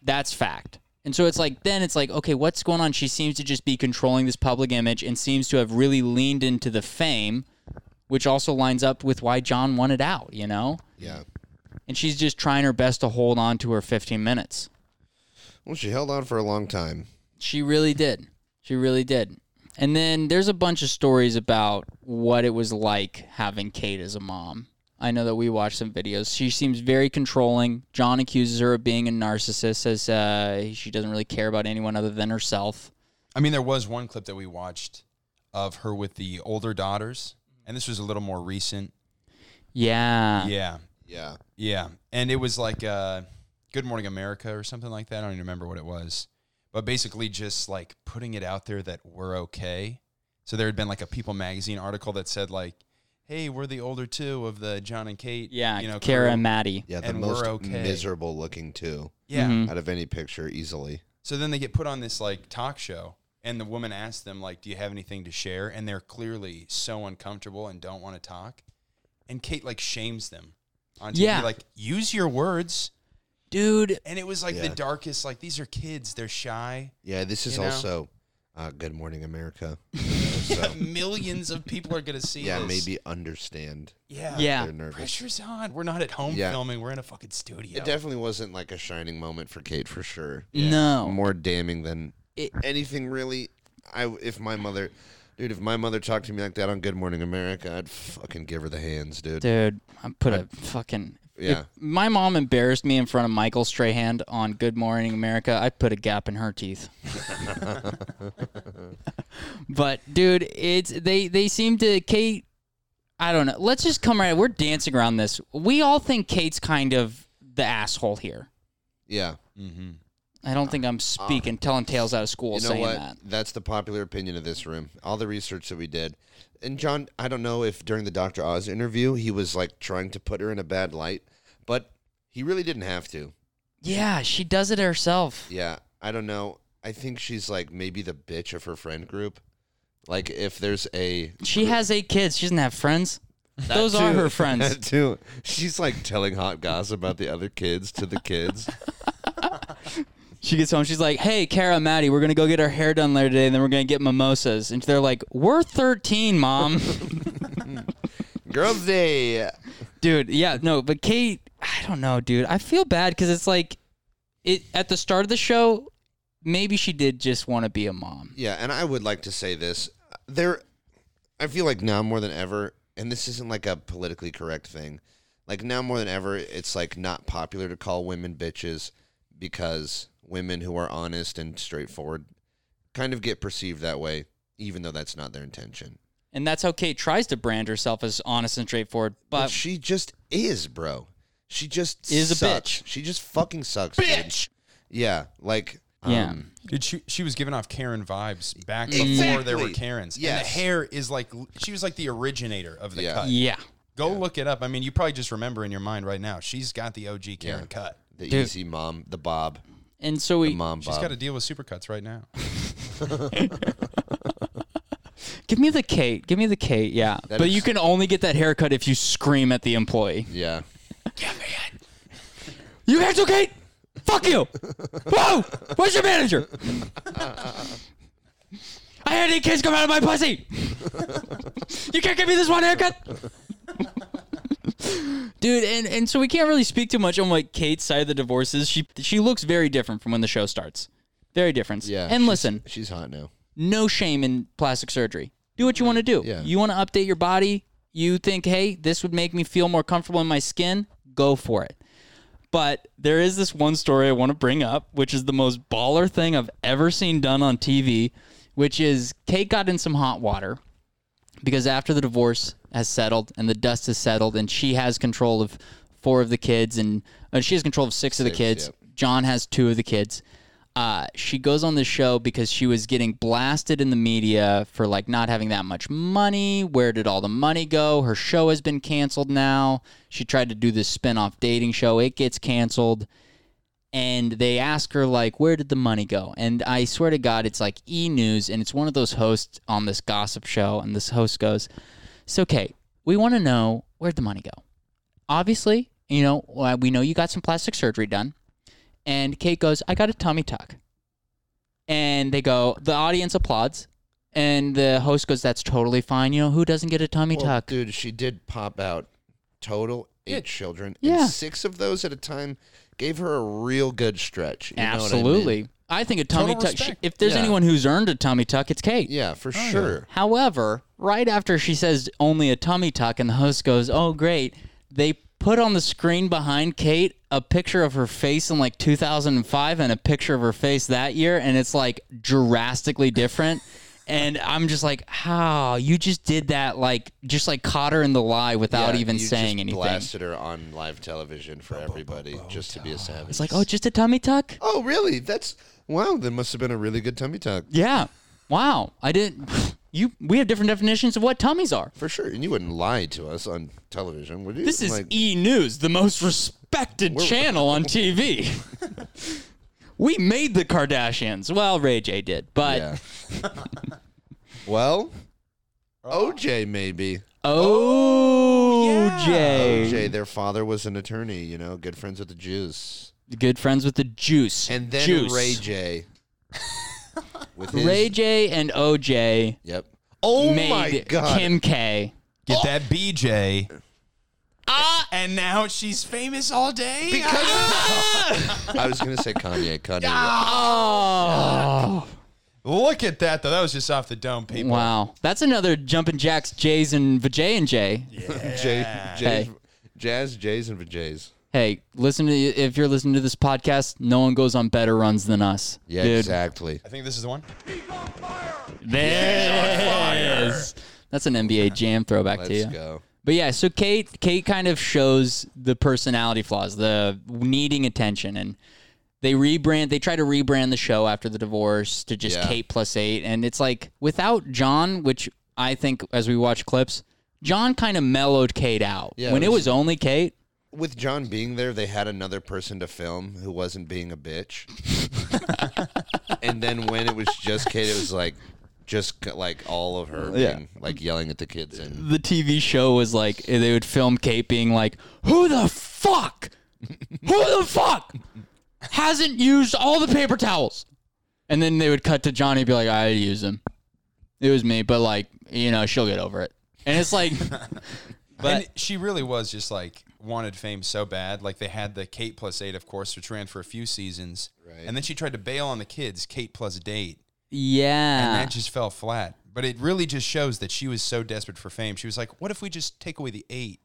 That's fact. And so it's like then it's like okay, what's going on? She seems to just be controlling this public image and seems to have really leaned into the fame, which also lines up with why John wanted out. You know
Yeah.
and she's just trying her best to hold on to her 15 minutes.
Well, she held on for a long time.
She really did. She really did. And then there's a bunch of stories about what it was like having Kate as a mom. I know that we watched some videos. She seems very controlling. John accuses her of being a narcissist, says uh, she doesn't really care about anyone other than herself.
I mean, there was one clip that we watched of her with the older daughters, and this was a little more recent.
Yeah.
Yeah,
Yeah.
yeah, and it was like uh, "Good Morning America" or something like that. I don't even remember what it was, but basically just like putting it out there that we're okay. So there had been like a People magazine article that said like, "Hey, we're the older two of the John and Kate."
Yeah.
you know,
Kara
crew."
and Maddie.
Yeah, the
And we're
most
okay.
miserable looking too
Yeah,
Mhm.
out of any picture easily.
So then they get put on this like talk show, and the woman asks them like, "Do you have anything to share?" And they're clearly so uncomfortable and don't want to talk. And Kate like shames them on TV,
Yeah.
like use your words.
Dude.
And it was like the
Yeah.
darkest. Like these are kids; they're shy.
Yeah, this is
You know?
also uh, Good Morning America.
Millions of people are gonna see.
Yeah,
this.
maybe understand.
Yeah,
Yeah.
They're nervous.
Pressure's on. We're not at home
Yeah.
filming. We're in a fucking studio.
It definitely wasn't like a shining moment for Kate for sure.
No.
More damning than
It-
anything really. I if my mother, dude, if my mother talked to me like that on Good Morning America, I'd fucking give her the hands, dude.
Dude, I put a fucking.
Yeah.
if my mom embarrassed me in front of Michael Strahan on Good Morning America. I put a gap in her teeth. but dude, it's they they seem to Kate. I don't know. Let's just come right. We're dancing around this. We all think Kate's kind of the asshole here.
Yeah,
Mm-hmm.
I don't think I'm speaking telling tales out of school
Uh, you know
saying
what?
that.
That's the popular opinion of this room. All the research that we did, and John, I don't know if during the Dr. Oz interview he was like trying to put her in a bad light, but he really didn't have to.
Yeah, she does it herself.
Yeah, I don't know. I think she's like maybe the bitch of her friend group. Like if there's a
She has eight kids. She doesn't have friends. Those are her friends.
That too. She's like telling hot gossip about the other kids to the kids.
She gets home. She's like, "Hey, Kara, Maddie, we're gonna go get our hair done later today, and then we're gonna get mimosas." And they're like, "We're 13, mom."
Girls' Day.
dude yeah no but kate i don't know dude i feel bad because it's like it at the start of the show maybe she did just want to be a mom
Yeah, and I would like to say this. There, I feel like now more than ever, and this isn't like a politically correct thing. Like now more than ever, it's like not popular to call women bitches because women who are honest and straightforward kind of get perceived that way, even though that's not their intention.
and that's how kate tries to brand herself as honest and straightforward
But
but
she just is, bro. She just
Uh, Is a
sucks.
bitch.
She just fucking sucks. dude. Yeah, like
yeah
um,
Dude, she, she was giving off Karen vibes back before
Exactly.
there were Karens. And
Yes.
the hair is like, she was like the originator of the
Yeah.
cut.
yeah
Go look it up. I mean, you probably just remember in your mind right now. She's got the OG Karen cut.
the
Dude.
easy mom, the Bob,
and so we
mom,
She's
Bob.
got to deal with supercuts right now.
give me the kate give me the kate yeah
That
but
is-
you can only get that haircut if you scream at the employee
yeah.
you cancel kate fuck you whoa where's your manager i had eight kids come out of my pussy you can't give me this one haircut dude and, and so we can't really speak too much on what kate's side of the divorce is she she looks very different from when the show starts very different
Yeah.
and
she's-
listen
she's hot now.
no shame in plastic surgery. Do what you want to do.
Yeah.
You want to update your body. You think, hey, this would make me feel more comfortable in my skin. Go for it. But there is this one story I want to bring up, which is the most baller thing I've ever seen done on TV, which is Kate got in some hot water because after the divorce has settled and the dust has settled and she has control of four of the kids and uh, she has control of six of the kids
yep.
john has two of the kids uh, she goes on this show because she was getting blasted in the media for like not having that much money where did all the money go her show has been canceled now she tried to do this spin-off dating show it gets canceled and they ask her like where did the money go and i swear to god it's like e-news and it's one of those hosts on this gossip show and this host goes so okay we want to know where'd the money go obviously you know uh, we know you got some plastic surgery done and kate goes i got a tummy tuck and they go the audience applauds and the host goes that's totally fine you know who doesn't get a tummy
Well,
tuck
Dude, she did pop out total eight
Yeah.
children.
Yeah.
And six of those at a time gave her a real good stretch. you know what I mean?
absolutely I, think a tummy
Total
tuck sh-
respect.
if there's
Yeah.
anyone who's earned a tummy tuck it's kate
Yeah, for
Oh, yeah.
sure.
However, right after she says only a tummy tuck and the host goes, "Oh great." They put on the screen behind Kate a picture of her face in like 2005 and a picture of her face that year and it's like drastically different. and I'm just like, "How? You just did that like just like caught her in the lie without
Yeah,
even
you
saying
just
anything."
Blasted her on live television for everybody just to be a savage.
It's like, "Oh, just a tummy tuck?"
oh, really? That's wow. That must have been a really good tummy tuck
Yeah. Wow. I didn't You we have different definitions of what tummies are.
for sure. And you wouldn't lie to us on television, would you?
This is
Like,
E News, the most respected channel on TV. we made the Kardashians. Well, Ray J did, but
yeah. well, OJ maybe.
OJ,
OJ, their father was an attorney. You know, good friends with the Jews.
good friends with the Juice,
And then
Juice.
Ray J. With his,
Ray J and OJ
Yep. Oh my
made
god.
Kim K.
Get that
Oh!
BJ. and now she's famous all day.
I was gonna say Kanye. Kanye.
Oh,
Look at that, though. That was just off the dome, people.
wow! That's another jumping jacks, J's and Vijay and J.
Jay, Jay's,
Hey.
Jazz, Jays, and Vajays.
Hey, listen to if you're listening to this podcast, no one goes on better runs than us.
Yeah,
dude.
exactly.
I think this is the one.
There it is. That's an NBA Jam throwback
Let's
to you.
go.
But yeah, so Kate, Kate kind of shows the personality flaws, the needing attention, and they rebrand. They try to rebrand the show after the divorce to just
Yeah.
Kate plus eight, and it's like without John, which I think as we watch clips, John kind of mellowed Kate out.
Yeah,
when
it
it
was-
was only Kate,
With John being there, they had another person to film who wasn't being a bitch. and then when it was just Kate, it was like just c- like all of her,
Yeah.
being, like yelling at the kids and
the TV show was like they would film Kate being like, "Who the fuck? Who the fuck hasn't used all the paper towels?" And then they would cut to Johnny be like, "I use them. It was me, but like, you know, she'll get over it." And it's like But
and she really was just like wanted fame so bad. Like they had the Kate plus eight, of course, which ran for a few seasons,
Right.
and then she tried to bail on the kids, Kate plus date,
Ah.
and
yeah,
that just fell flat. But it really just shows that she was so desperate for fame. She was like, "What if we just take away the eight,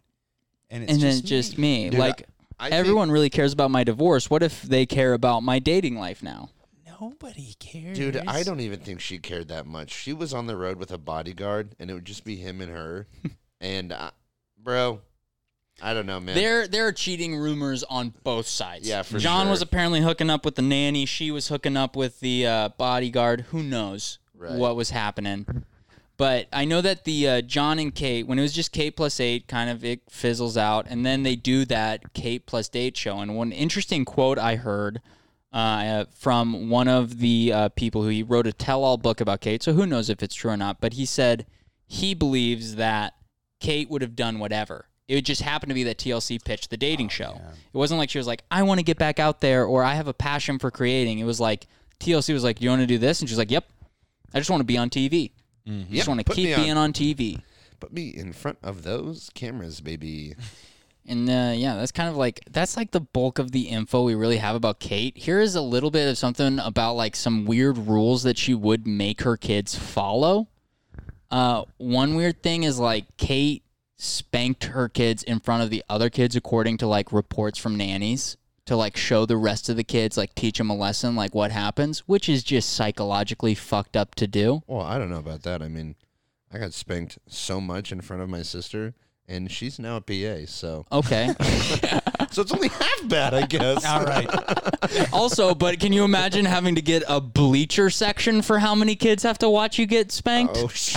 and it's
and then
just
it's just me.
Dude,
like
I- I think-
everyone really cares about my divorce. What if they care about my dating life now?
nobody cares,
Dude, I don't even think she cared that much. She was on the road with a bodyguard, and it would just be him and her. and, I, bro, I don't know, man.
There, there are cheating rumors on both sides.
Yeah, for
John
sure.
was apparently hooking up with the nanny. She was hooking up with the uh, bodyguard. Who knows
Right.
what was happening? But I know that the uh, John and Kate, when it was just Kate plus eight, kind of it fizzles out, and then they do that Kate plus eight show. And one interesting quote I heard uh, from one of the uh, people who he wrote a tell-all book about Kate. So who knows if it's true or not? But he said he believes that Kate would have done whatever. It just happened to be that TLC pitched the
Oh,
dating show. It wasn't like she was like, I want to get back out there or I have a passion for creating. It was like TLC was like, You want to do this? And she's like, Yep. I just want to be on TV. I
Mm-hmm. Yep,
just want to
put me
keep
on.
being on TV.
Put me in front of those cameras, baby.
And uh, yeah, that's kind of like that's like the bulk of the info we really have about Kate. Here is a little bit of something about like some weird rules that she would make her kids follow. Uh, one weird thing is like Kate spanked her kids in front of the other kids according to like reports from nannies to like show the rest of the kids like teach them a lesson like what happens, which is just psychologically fucked up to do.
Well, I don't know about that. I mean, I got spanked so much in front of my sister, and she's now a PA, so
Okay.
so it's only half bad, I guess.
All right,
also, but can you imagine having to get a bleacher section for how many kids have to watch you get spanked?
Oh, sh-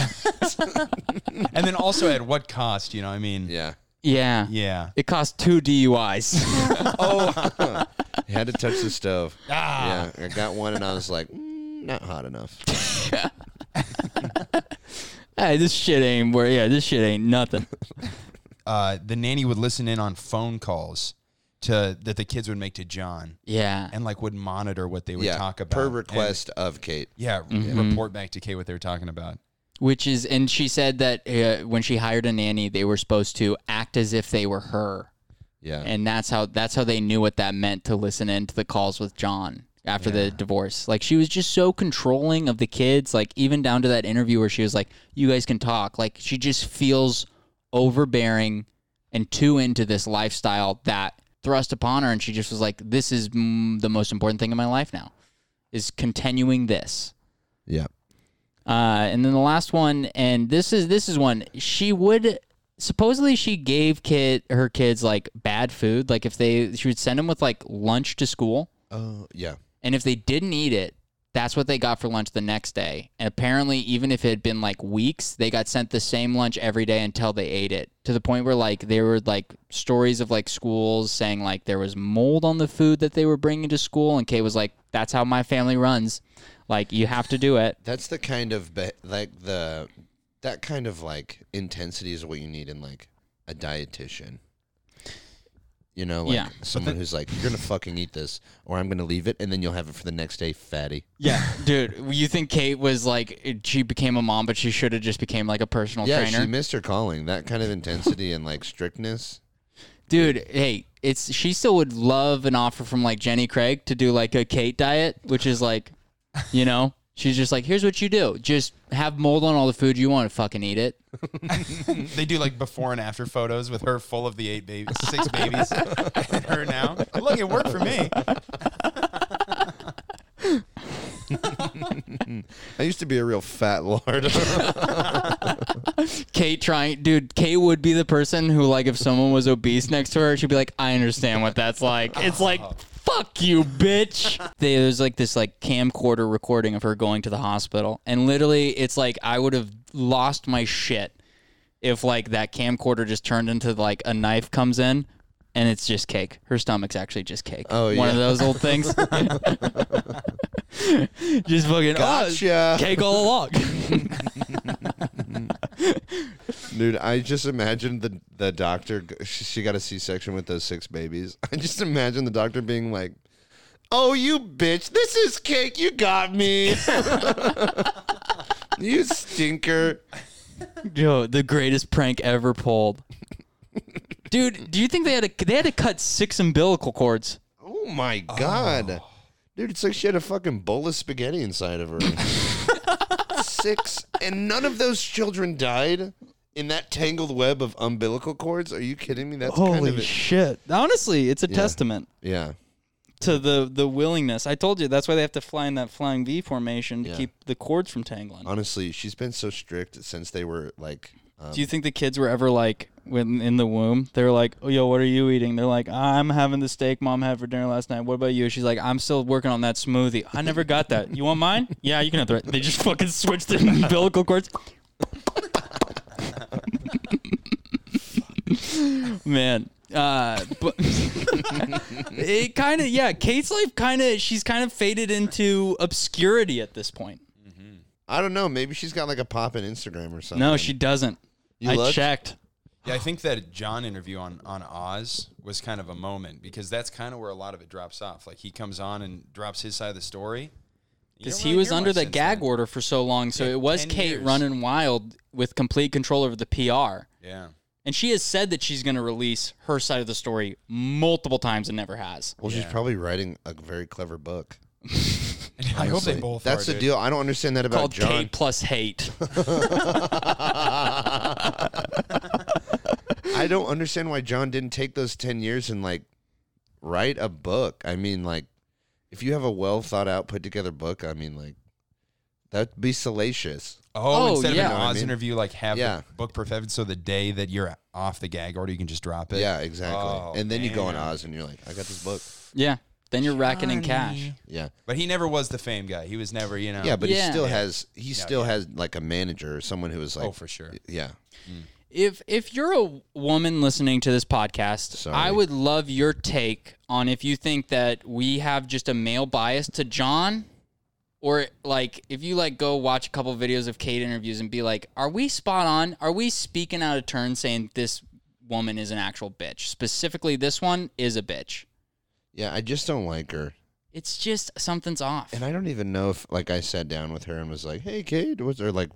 and then also at what cost? You know, I mean,
yeah.
Yeah.
yeah.
It costs two DUIs.
Had to touch the stove.
Ah,
Yeah, I got one, and I was like, mm, not hot enough.
hey, this shit ain't where. Yeah, this shit ain't nothing.
uh, the nanny would listen in on phone calls to that the kids would make to John,
Yeah.
and like would monitor what they would
yeah,
talk about
per
and-
request of Kate.
yeah,
Mm-hmm.
report back to Kate what they were talking about.
Which is, and she said that uh, when she hired a nanny, they were supposed to act as if they were her,
Yeah,
Eh.
and that's how that's how they knew what that meant to listen in to the calls with John after the divorce. Like she was just so controlling of the kids, like even down to that interview where she was like, "You guys can talk." Like she just feels overbearing and too into this lifestyle that thrust upon her, and she just was like, "This is mm, the most important thing in my life now, is continuing this."
yeah.
Uh, and then the last one, and this is this is one she would supposedly she gave kid her kids like bad food, like if they she would send them with like lunch to school,
Oh, yeah.
and if they didn't eat it, that's what they got for lunch the next day. And apparently, even if it had been like weeks, they got sent the same lunch every day until they ate it. To the point where like there were like stories of like schools saying like there was mold on the food that they were bringing to school, and Kay was like, "That's how my family runs. Like you have to do it."
That's the kind of be- like the that kind of like intensity is what you need in like a dietitian. You know, like
Yeah.
someone who's like, "You're gonna fucking eat this, or I'm gonna leave it, and then you'll have it for the next day, fatty."
Yeah, dude, you think Kate was like she became a mom, but she should have just became like a personal
Yeah,
trainer,
she missed her calling. That kind of intensity and like strictness.
dude. Hey, it's she still would love an offer from like Jenny Craig to do like a Kate diet, which is like, you know, she's just like, here's what you do: just have mold on all the food you want to fucking eat it.
They do like before and after photos with her full of the eight babies, six babies, and her now. Look, it worked for me.
I used to be a real fat lord.
Kate trying, dude. Kate would be the person who like if someone was obese next to her, she'd be like, I understand what that's like. It's like.
Oh.
Fuck you, bitch. They- There's like this like camcorder recording of her going to the hospital, and literally, it's like I would have lost my shit if like that camcorder just turned into like a knife comes in, and it's just cake. Her stomach's actually just cake.
Oh,
one
yeah.
of those old things. just fucking oh,
Gotcha.
cake all along.
Dude, I just imagined the the doctor. g- She she got a C section with those six babies. I just imagine the doctor being like, "Oh, you bitch! This is cake. You got me. you stinker."
Yo, the greatest prank ever pulled. Dude, do you think they had to they had to cut six umbilical cords?
Oh my god, dude! It's like she had a fucking bowl of spaghetti inside of her. Six, and none of those children died in that tangled web of umbilical cords. Are you kidding me? That's kind of it.
shit. Honestly, it's a testament
yeah.
to the the willingness. I told you that's why they have to fly in that flying V formation to
Yeah.
keep the cords from tangling.
Honestly, she's been so strict since they were like. Um,
Do you think the kids were ever like when in the womb? They were like, "Oh, yo, what are you eating?" They're like, "I'm having the steak mom had for dinner last night. What about you?" She's like, "I'm still working on that smoothie. I never got that. You want mine? Yeah, you can have the. Right. They just fucking switched the umbilical cords. Man, uh, but it kind of yeah. Kate's life kind of she's kind of faded into obscurity at this point.
I don't know. Maybe she's got like a pop in Instagram or something.
No, she doesn't.
You
I
looked?
checked.
Yeah, I think that John interview on, on Oz was kind of a moment because that's kind of where a lot of it drops off. Like he comes on and drops his side of the story. You
Because
don't
he
really
was
hear
under
much
the
since
gag
then.
order for so long, so
Yeah,
it was
10
Kate
years.
running wild with complete control over the PR.
Yeah.
And she has said that she's going to release her side of the story multiple times and never has.
Well, she's
Yeah.
probably writing a very clever book.
I hope they
Honestly.
both
That's
are,
the
dude.
deal. I don't understand that about
Called
Uh, John.
Kate plus hate.
I don't understand why John didn't take those 10 years and like write a book. I mean, like, if you have a well thought out, put together book, I mean, like, that'd be salacious.
Oh,
Oh, instead
yeah. You
of an
know
Oz
what I mean?
interview, like have
Yeah.
the book perfected so the day that you're off the gag order, you can just drop it.
yeah, exactly.
Oh,
and then you go on
man.
Oz and you're like, I got this book.
yeah. Then you're racking in cash.
Yeah.
But he never was the fame guy. He was never, you know.
Yeah, but
Yeah.
he still
Yeah.
has, he still has like a manager or someone who is like,
oh, for sure.
yeah.
If if you're a woman listening to this podcast,
Sorry.
I would love your take on if you think that we have just a male bias to John or like if you like go watch a couple videos of Kate interviews and be like, "Are we spot on? Are we speaking out of turn saying this woman is an actual bitch? Specifically this one is a bitch."
Yeah, I just don't like her.
It's just something's off.
And I don't even know if, like, I sat down with her and was like, hey, Kate, what's, or like,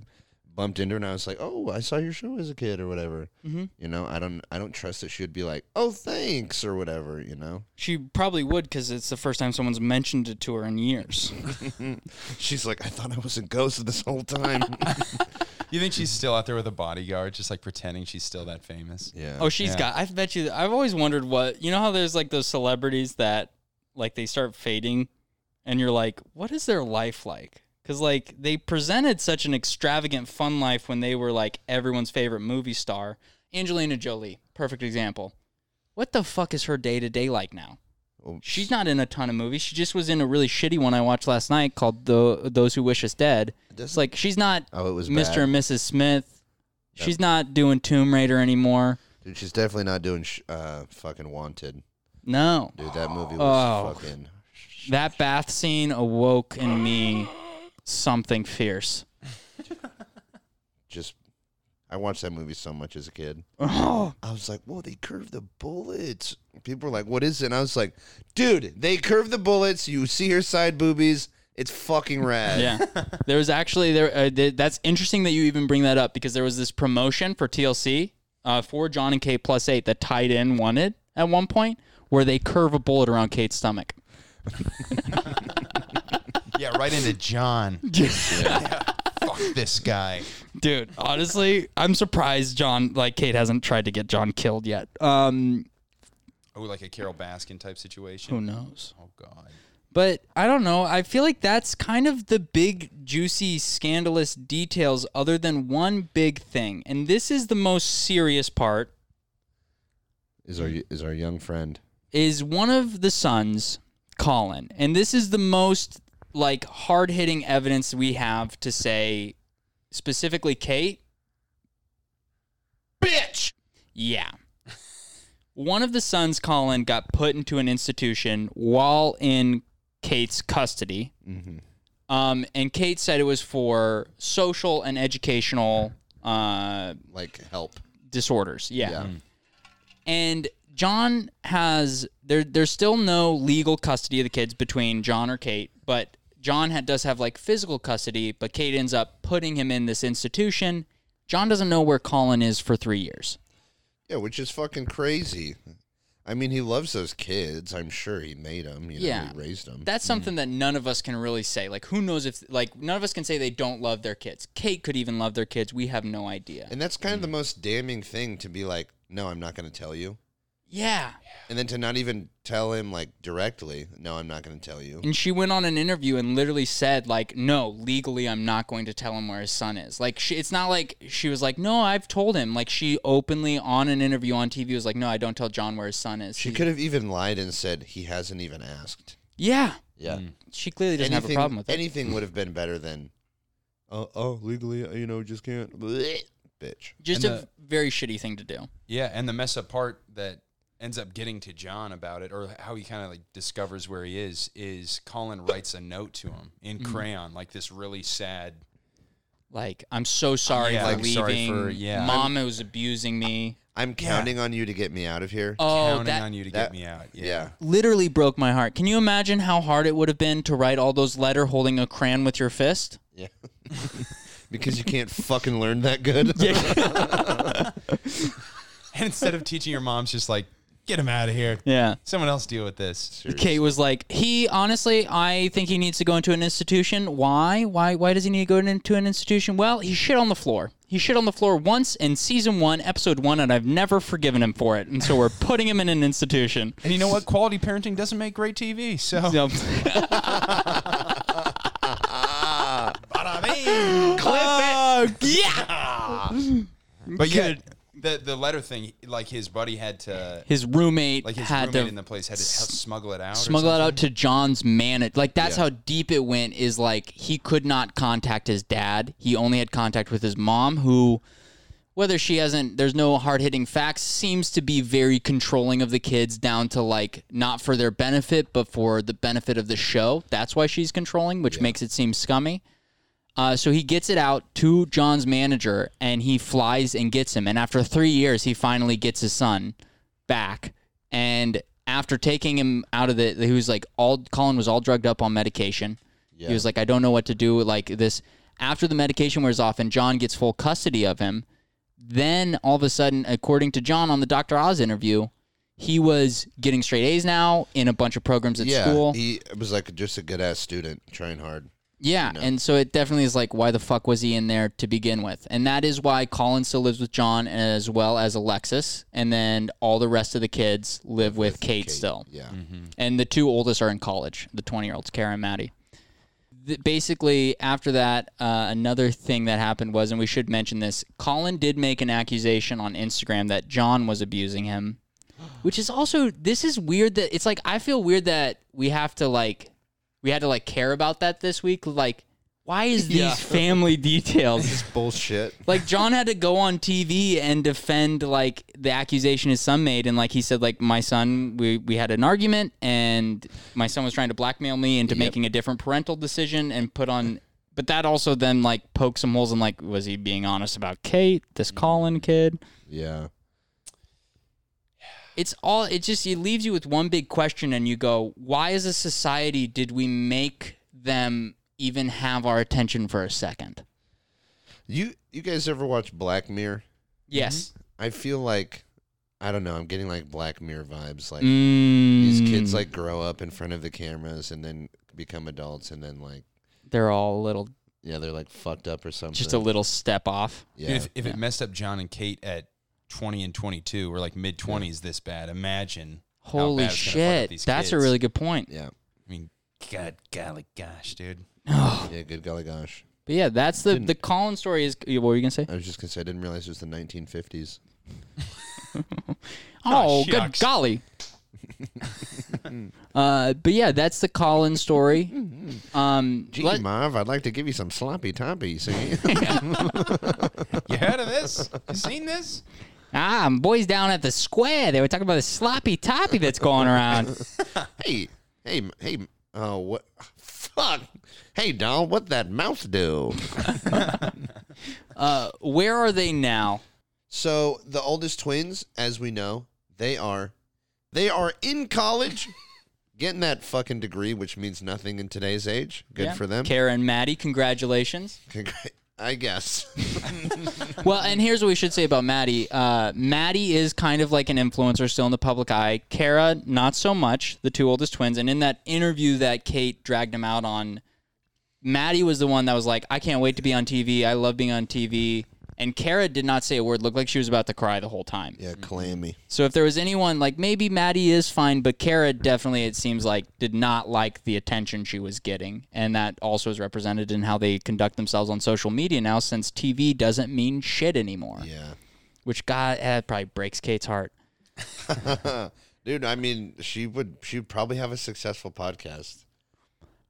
bumped into her and I was like, oh, I saw your show as a kid or whatever.
Mhm.
You know, I don't, I don't trust that she would be like, oh, thanks or whatever, you know?
She probably would cuz it's the first time someone's mentioned it to her in years.
She's like, I thought I was a ghost this whole time.
You think she's still out there with a bodyguard, just like pretending she's still that famous?
yeah.
Oh, she's
Yeah.
got. I bet you. I've always wondered what you know how there's like those celebrities that like they start fading, and you're like, what is their life like? Because like they presented such an extravagant, fun life when they were like everyone's favorite movie star, Angelina Jolie, perfect example. What the fuck is her day to day like now?
Oh,
She's not in a ton of movies. She just was in a really shitty one I watched last night called "The Those Who Wish Us Dead." It's like she's not
oh, it was
Mr.
Bad.
and Mrs. Smith. She's not doing Tomb Raider anymore.
Dude, she's definitely not doing sh- uh, fucking Wanted.
No.
Dude, that movie was
Oh.
fucking.
That bath scene awoke in me something fierce.
Just. I watched that movie so much as a kid.
Oh,
I was like, whoa, they curved the bullets. People were like, what is it? And I was like, dude, they curved the bullets. You see her side boobies. It's fucking rad.
yeah. There was actually there. Uh, th- that's interesting that you even bring that up because there was this promotion for TLC uh, for John and Kate plus eight that tied in wanted at one point where they curve a bullet around Kate's stomach.
Yeah, right into John. Fuck this guy.
Dude, honestly, I'm surprised John like Kate hasn't tried to get John killed yet. Um,
Oh, like a Carol Baskin type situation.
who knows?
Oh God.
But I don't know. I feel like that's kind of the big, juicy, scandalous details, other than one big thing. And this is the most serious part.
Is our is our young friend?
Is one of the sons, Colin, and this is the most like hard hitting evidence we have to say, specifically Kate. Bitch. Yeah. One of the sons, Colin, got put into an institution while in Kate's custody.
Mm-hmm.
Um, and Kate said it was for social and educational uh,
Like help.
disorders. Yeah.
Yeah.
And John has there. There's still no legal custody of the kids between John or Kate, but John had, does have like physical custody. But Kate ends up putting him in this institution. John doesn't know where Colin is for three years.
Yeah, which is fucking crazy. I mean, he loves those kids. I'm sure he made them. You know,
Yeah.
he raised them.
That's something that none of us can really say. Like, who knows if, like, none of us can say they don't love their kids. Kate could even love their kids. We have no idea.
and that's kind of the
Mm.
most damning thing to be like, no, I'm not going to tell you.
yeah.
And then to not even tell him like directly, no, I'm not going to tell you.
And she went on an interview and literally said, like, no, legally, I'm not going to tell him where his son is. Like, she, it's not like she was like, no, I've told him. Like, she openly on an interview on TV was like, no, I don't tell John where his son is.
She
He-
could have even lied and said he hasn't even asked.
yeah.
Yeah.
She clearly doesn't have a problem with it.
Anything would have been better than, oh, oh, legally, you know, just can't. Bleh, bitch.
Just
And
a
the-
very shitty thing to do.
Yeah, and the mess up part that ends up getting to John about it, or how he kind of like discovers where he is, is Colin writes a note to him in
Mm-hmm.
crayon, like this really sad.
Like, I'm so sorry
Yeah,
for
like,
leaving.
sorry for- yeah.
Mom was abusing me.
I'm counting on you to get me out of here.
Oh,
counting
that
on you to get
that-
me out. Yeah.
yeah.
literally broke my heart. Can you imagine how hard it would have been to write all those letter holding a crayon with your fist?
Yeah. because you can't fucking learn that good.
And instead of teaching your mom's just like, get him out of here.
yeah.
Someone else deal with this.
Kate was like, he honestly, I think he needs to go into an institution. Why? Why? Why does he need to go into an institution? Well, he shit on the floor. He shit on the floor once in season one, episode one, and I've never forgiven him for it. And so we're putting him in an institution.
And you know what? Quality parenting doesn't make great TV. So
So- Oh, yeah.
But yeah, the the letter thing, like his buddy had to,
His roommate
like his
had
roommate
to
in the place had to smuggle it out. or
smuggle it
something.
out to John's manager. Like that's
Yeah.
how deep it went. Is like he could not contact his dad. He only had contact with his mom, who, whether she hasn't, there's no hard hitting facts. Seems to be very controlling of the kids, down to like not for their benefit, but for the benefit of the show. That's why she's controlling, which makes it seem scummy. Uh, so he gets it out to John's manager, and he flies and gets him. And after three years, he finally gets his son back. And after taking him out of the, he was like all Colin was all drugged up on medication. He was like, I don't know what to do. Like this, after the medication wears off, and John gets full custody of him. Then all of a sudden, according to John on the Dr. Oz interview, he was getting straight A's now in a bunch of programs at
yeah.
school.
He was like just a good ass student, trying hard.
Yeah, and so it definitely is like, why the fuck was he in there to begin with? And that is why Colin still lives with John as well as Alexis, and then all the rest of the kids live with, Kate, still.
Yeah.
And the two oldest are in college, the 20 year olds, Kara and Maddie. Th- basically, after that, uh, another thing that happened was, and we should mention this Colin did make an accusation on Instagram that John was abusing him, which is also, this is weird that it's like, I feel weird that we have to like, we had to like care about that this week. Like, why is these family details?
Bullshit.
like John had to go on TV and defend like the accusation his son made, and like he said, like my son, we we had an argument, and my son was trying to blackmail me into making a different parental decision and put on. But that also then like poked some holes in like was he being honest about Kate,
Mm-hmm.
this Colin kid?
Yeah.
it's all it just it leaves you with one big question and you go why as a society did we make them even have our attention for a second
Mm-hmm. You you guys ever watch Black Mirror?
yes
I feel like I don't know. I'm getting like Black Mirror vibes. Like
Mm.
these kids like grow up in front of the cameras and then become adults and then like
they're all a little
yeah they're like fucked up or something.
just a little step off
yeah.
Dude, if, if it messed up John and Kate at 20 and 22 or like mid 20s this bad, imagine. how
holy
bad it's gonna fuck up
shit
these
that's a
kids.
really good point
yeah.
I mean, God, golly, gosh, dude.
Yeah. Good golly gosh.
but yeah that's the the colin story is what were you gonna say
Uh,
I was just gonna say I didn't realize it was the 1950s.
Oh, good
shucks.
golly. uh, but yeah, that's the Colin story. Um,
Gee,
let-
Marv, I'd like to give you some sloppy toppy. See?
You heard of this? You seen this?
ah, boys down at the square, they were talking about the sloppy toppy that's going around.
hey, hey, m- hey. m- Oh, what? Fuck. Hey, doll, what that mouse do?
Uh, where are they now?
So the oldest twins, as we know, they are they are in college, getting that fucking degree, which means nothing in today's age. Good
Yeah.
for them.
Kara and Maddie, congratulations.
Congra- I guess.
Well, and here's what we should say about Maddie. Uh, Maddie is kind of like an influencer still in the public eye. Kara, not so much, the two oldest twins. And in that interview that Kate dragged him out on, Maddie was the one that was like, I can't wait to be on TV. I love being on TV. And Kara did not say a word, looked like she was about to cry the whole time.
yeah, clammy.
So if there was anyone, like maybe Maddie is fine, but Kara definitely, it seems like, did not like the attention she was getting. And that also is represented in how they conduct themselves on social media now, since TV doesn't mean shit anymore
Yeah.
which God eh, probably breaks Kate's heart.
Dude, I mean, she would she would probably have a successful podcast.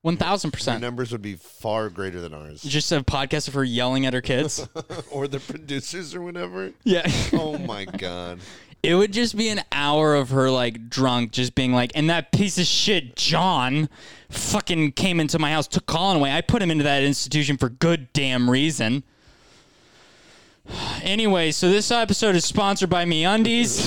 One thousand
Her
percent.
numbers would be far greater than ours.
Just a podcast of her yelling at her kids.
or the producers or whatever.
yeah,
Oh my god.
it would just be an hour of her like drunk, just being like, "And that piece of shit John, fucking came into my house, took Colin away. I put him into that institution for good damn reason." Anyway, so this episode is sponsored by Me Undies.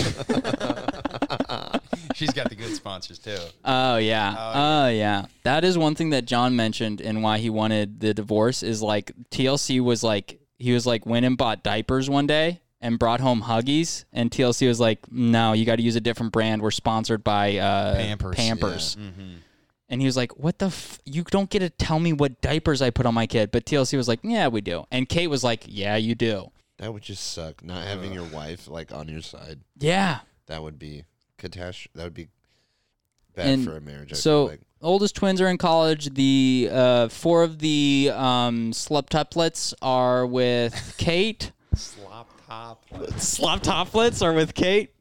She's got the good sponsors too.
Oh yeah. Oh yeah. That is one thing that John mentioned and why he wanted the divorce is like TLC was like he was like went and bought diapers one day and brought home Huggies and TLC was like no you got to use a different brand we're sponsored by uh,
Pampers.
Pampers. Mm-hmm. And he was like, "What the? F- you don't get to tell me what diapers I put on my kid." But TLC was like, "Yeah, we do." And Kate was like, "Yeah, you do."
That would just suck. Not having your wife like on your side.
Yeah.
That would be catastrophe. That would be bad
And
for a marriage. I
so
feel like.
oldest twins are in college. The uh, four of the um, sluptuplets are with Kate.
Slop top.
sluptuplets are with Kate.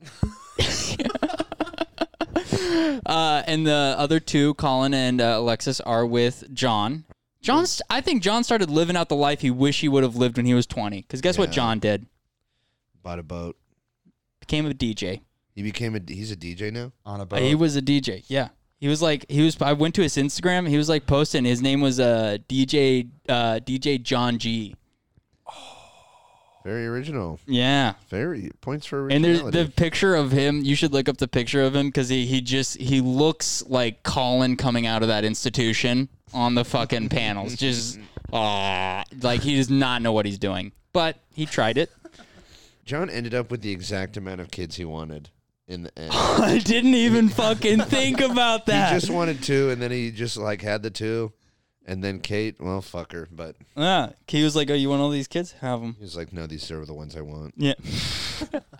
uh, and the other two, Colin and uh, Alexis, are with John. John's. I think John started living out the life he wish he would have lived when he was twenty. Because guess what
Yeah.
John did?
bought a boat.
Became a DJ.
He became a he's a DJ now.
On a boat.
Uh, He was a DJ. Yeah. He was like he was. I went to his Instagram. He was like posting. His name was uh, DJ uh, DJ John G.
Very original.
Yeah.
Very points for
And
originality.
there's the picture of him. You should look up the picture of him because he, he just he looks like Colin coming out of that institution on the fucking panels. Just ah, like he does not know what he's doing, but he tried it.
John ended up with the exact amount of kids he wanted in the end.
I didn't even fucking think about
he
that.
just wanted two, and then he just like had the two, and then Kate, well, fuck her, but
yeah. He was like, "Oh, you want all these kids? Have them."
he was like, no, these are the ones I want.
Yeah.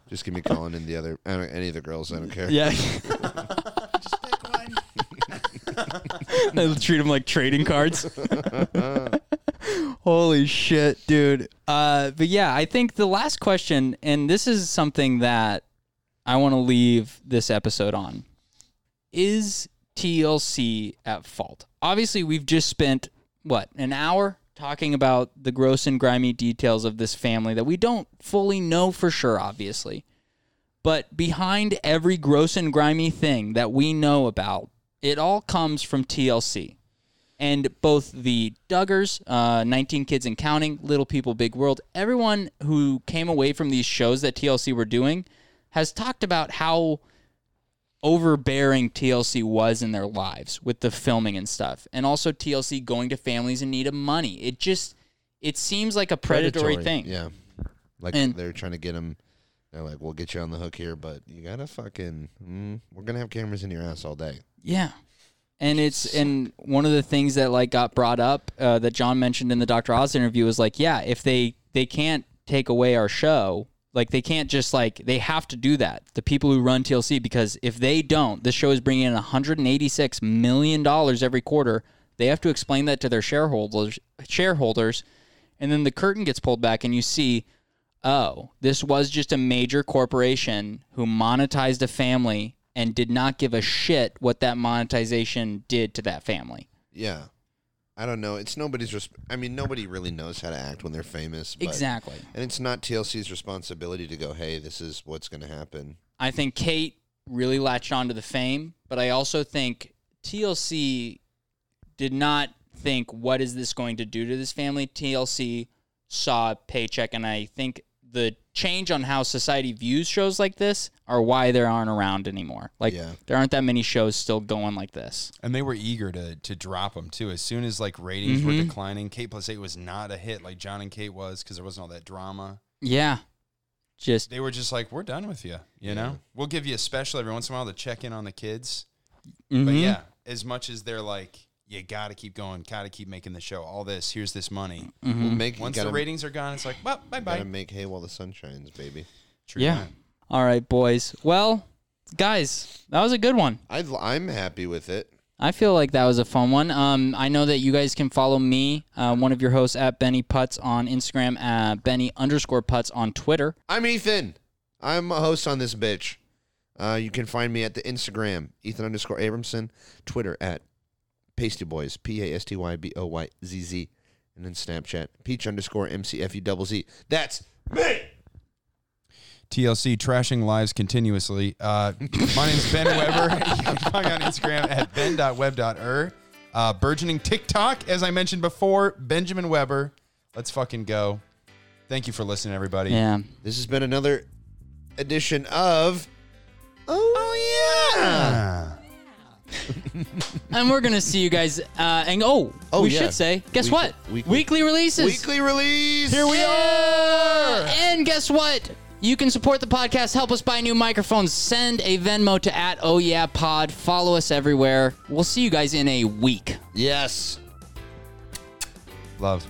Just give me Colin and the other, I don't, any of the girls. I don't care.
Yeah. I treat them like trading cards. Holy shit, dude. Uh, but yeah, I think the last question, and this is something that I want to leave this episode on is TLC at fault? Obviously, we've just spent, what, an hour talking about the gross and grimy details of this family that we don't fully know for sure, obviously. But behind every gross and grimy thing that we know about, it all comes from TLC. And both the Duggars, uh, 19 Kids and Counting, Little People, Big World, everyone who came away from these shows that TLC were doing has talked about how overbearing TLC was in their lives with the filming and stuff. And also TLC going to families in need of money. It just, it seems like a predatory, thing.
Yeah. Like
And-
they're trying to get him. They're like, we'll get you on the hook here, but you gotta fucking. Mm, we're gonna have cameras in your ass all day.
Yeah. And it's and one of the things that like got brought up uh, that John mentioned in the Dr. Oz interview was like, yeah, if they they can't take away our show, like they can't just like they have to do that. The people who run TLC because if they don't, this show is bringing in 186 million dollars every quarter. They have to explain that to their shareholders shareholders, and then the curtain gets pulled back and you see oh, this was just a major corporation who monetized a family and did not give a shit what that monetization did to that family.
Yeah. I don't know. It's nobody's. Resp- I mean, nobody really knows how to act when they're famous. But,
Exactly.
And it's not TLC's responsibility to go, hey, this is what's going to happen.
I think Kate really latched onto the fame, but I also think TLC did not think what is this going to do to this family. TLC saw a paycheck and I think the change on how society views shows like this are why there aren't around anymore. Like
Yeah.
there aren't that many shows still going like this.
And they were eager to to drop them too. As soon as like ratings were declining, Kate plus eight was not a hit like John and Kate was because there wasn't all that drama.
Yeah. Just
They were just like, "We're done with you." You know, we'll give you a special every once in a while to check in on the kids. But
mhm.
yeah, as much as they're like, "You got to keep going, got to keep making the show." All this, here's this money.
We'll
Mm-hmm.
make
Once
gotta,
the ratings are gone, it's like, "Well, bye bye."
gotta make hay while the sun shines, baby.
Yeah. All right, boys. Well, guys, that was a good one.
I I'm happy with it.
I feel like that was a fun one. Um, I know that you guys can follow me, uh, one of your hosts at Benny Putz on Instagram, uh, Benny underscore Putz on Twitter.
I'm Ethan. I'm a host on this bitch. Uh, you can find me at the Instagram, Ethan underscore Abramson, Twitter at Pasty Boys, P A S T Y B O Y Z Z, and then Snapchat, Peach underscore M C F U double Z. That's
TLC trashing lives continuously. Uh, my name's Ben Weber. You can find me on Instagram at ben.web.er. Uh, burgeoning TikTok, as I mentioned before, Benjamin Weber. Let's fucking go. Thank you for listening, everybody.
Yeah.
this has been another edition of Oh, yeah.
Ah.
and we're going to see you guys. Uh, and oh,
Oh,
we
yeah.
should say, guess
Week-
what?
weekly-
weekly releases.
Weekly release. Here
we are. And guess what? You can support the podcast, help us buy new microphones, send a Venmo to at Oh Yeah Pod, follow us everywhere. We'll see you guys in a week.
Yes.
Love.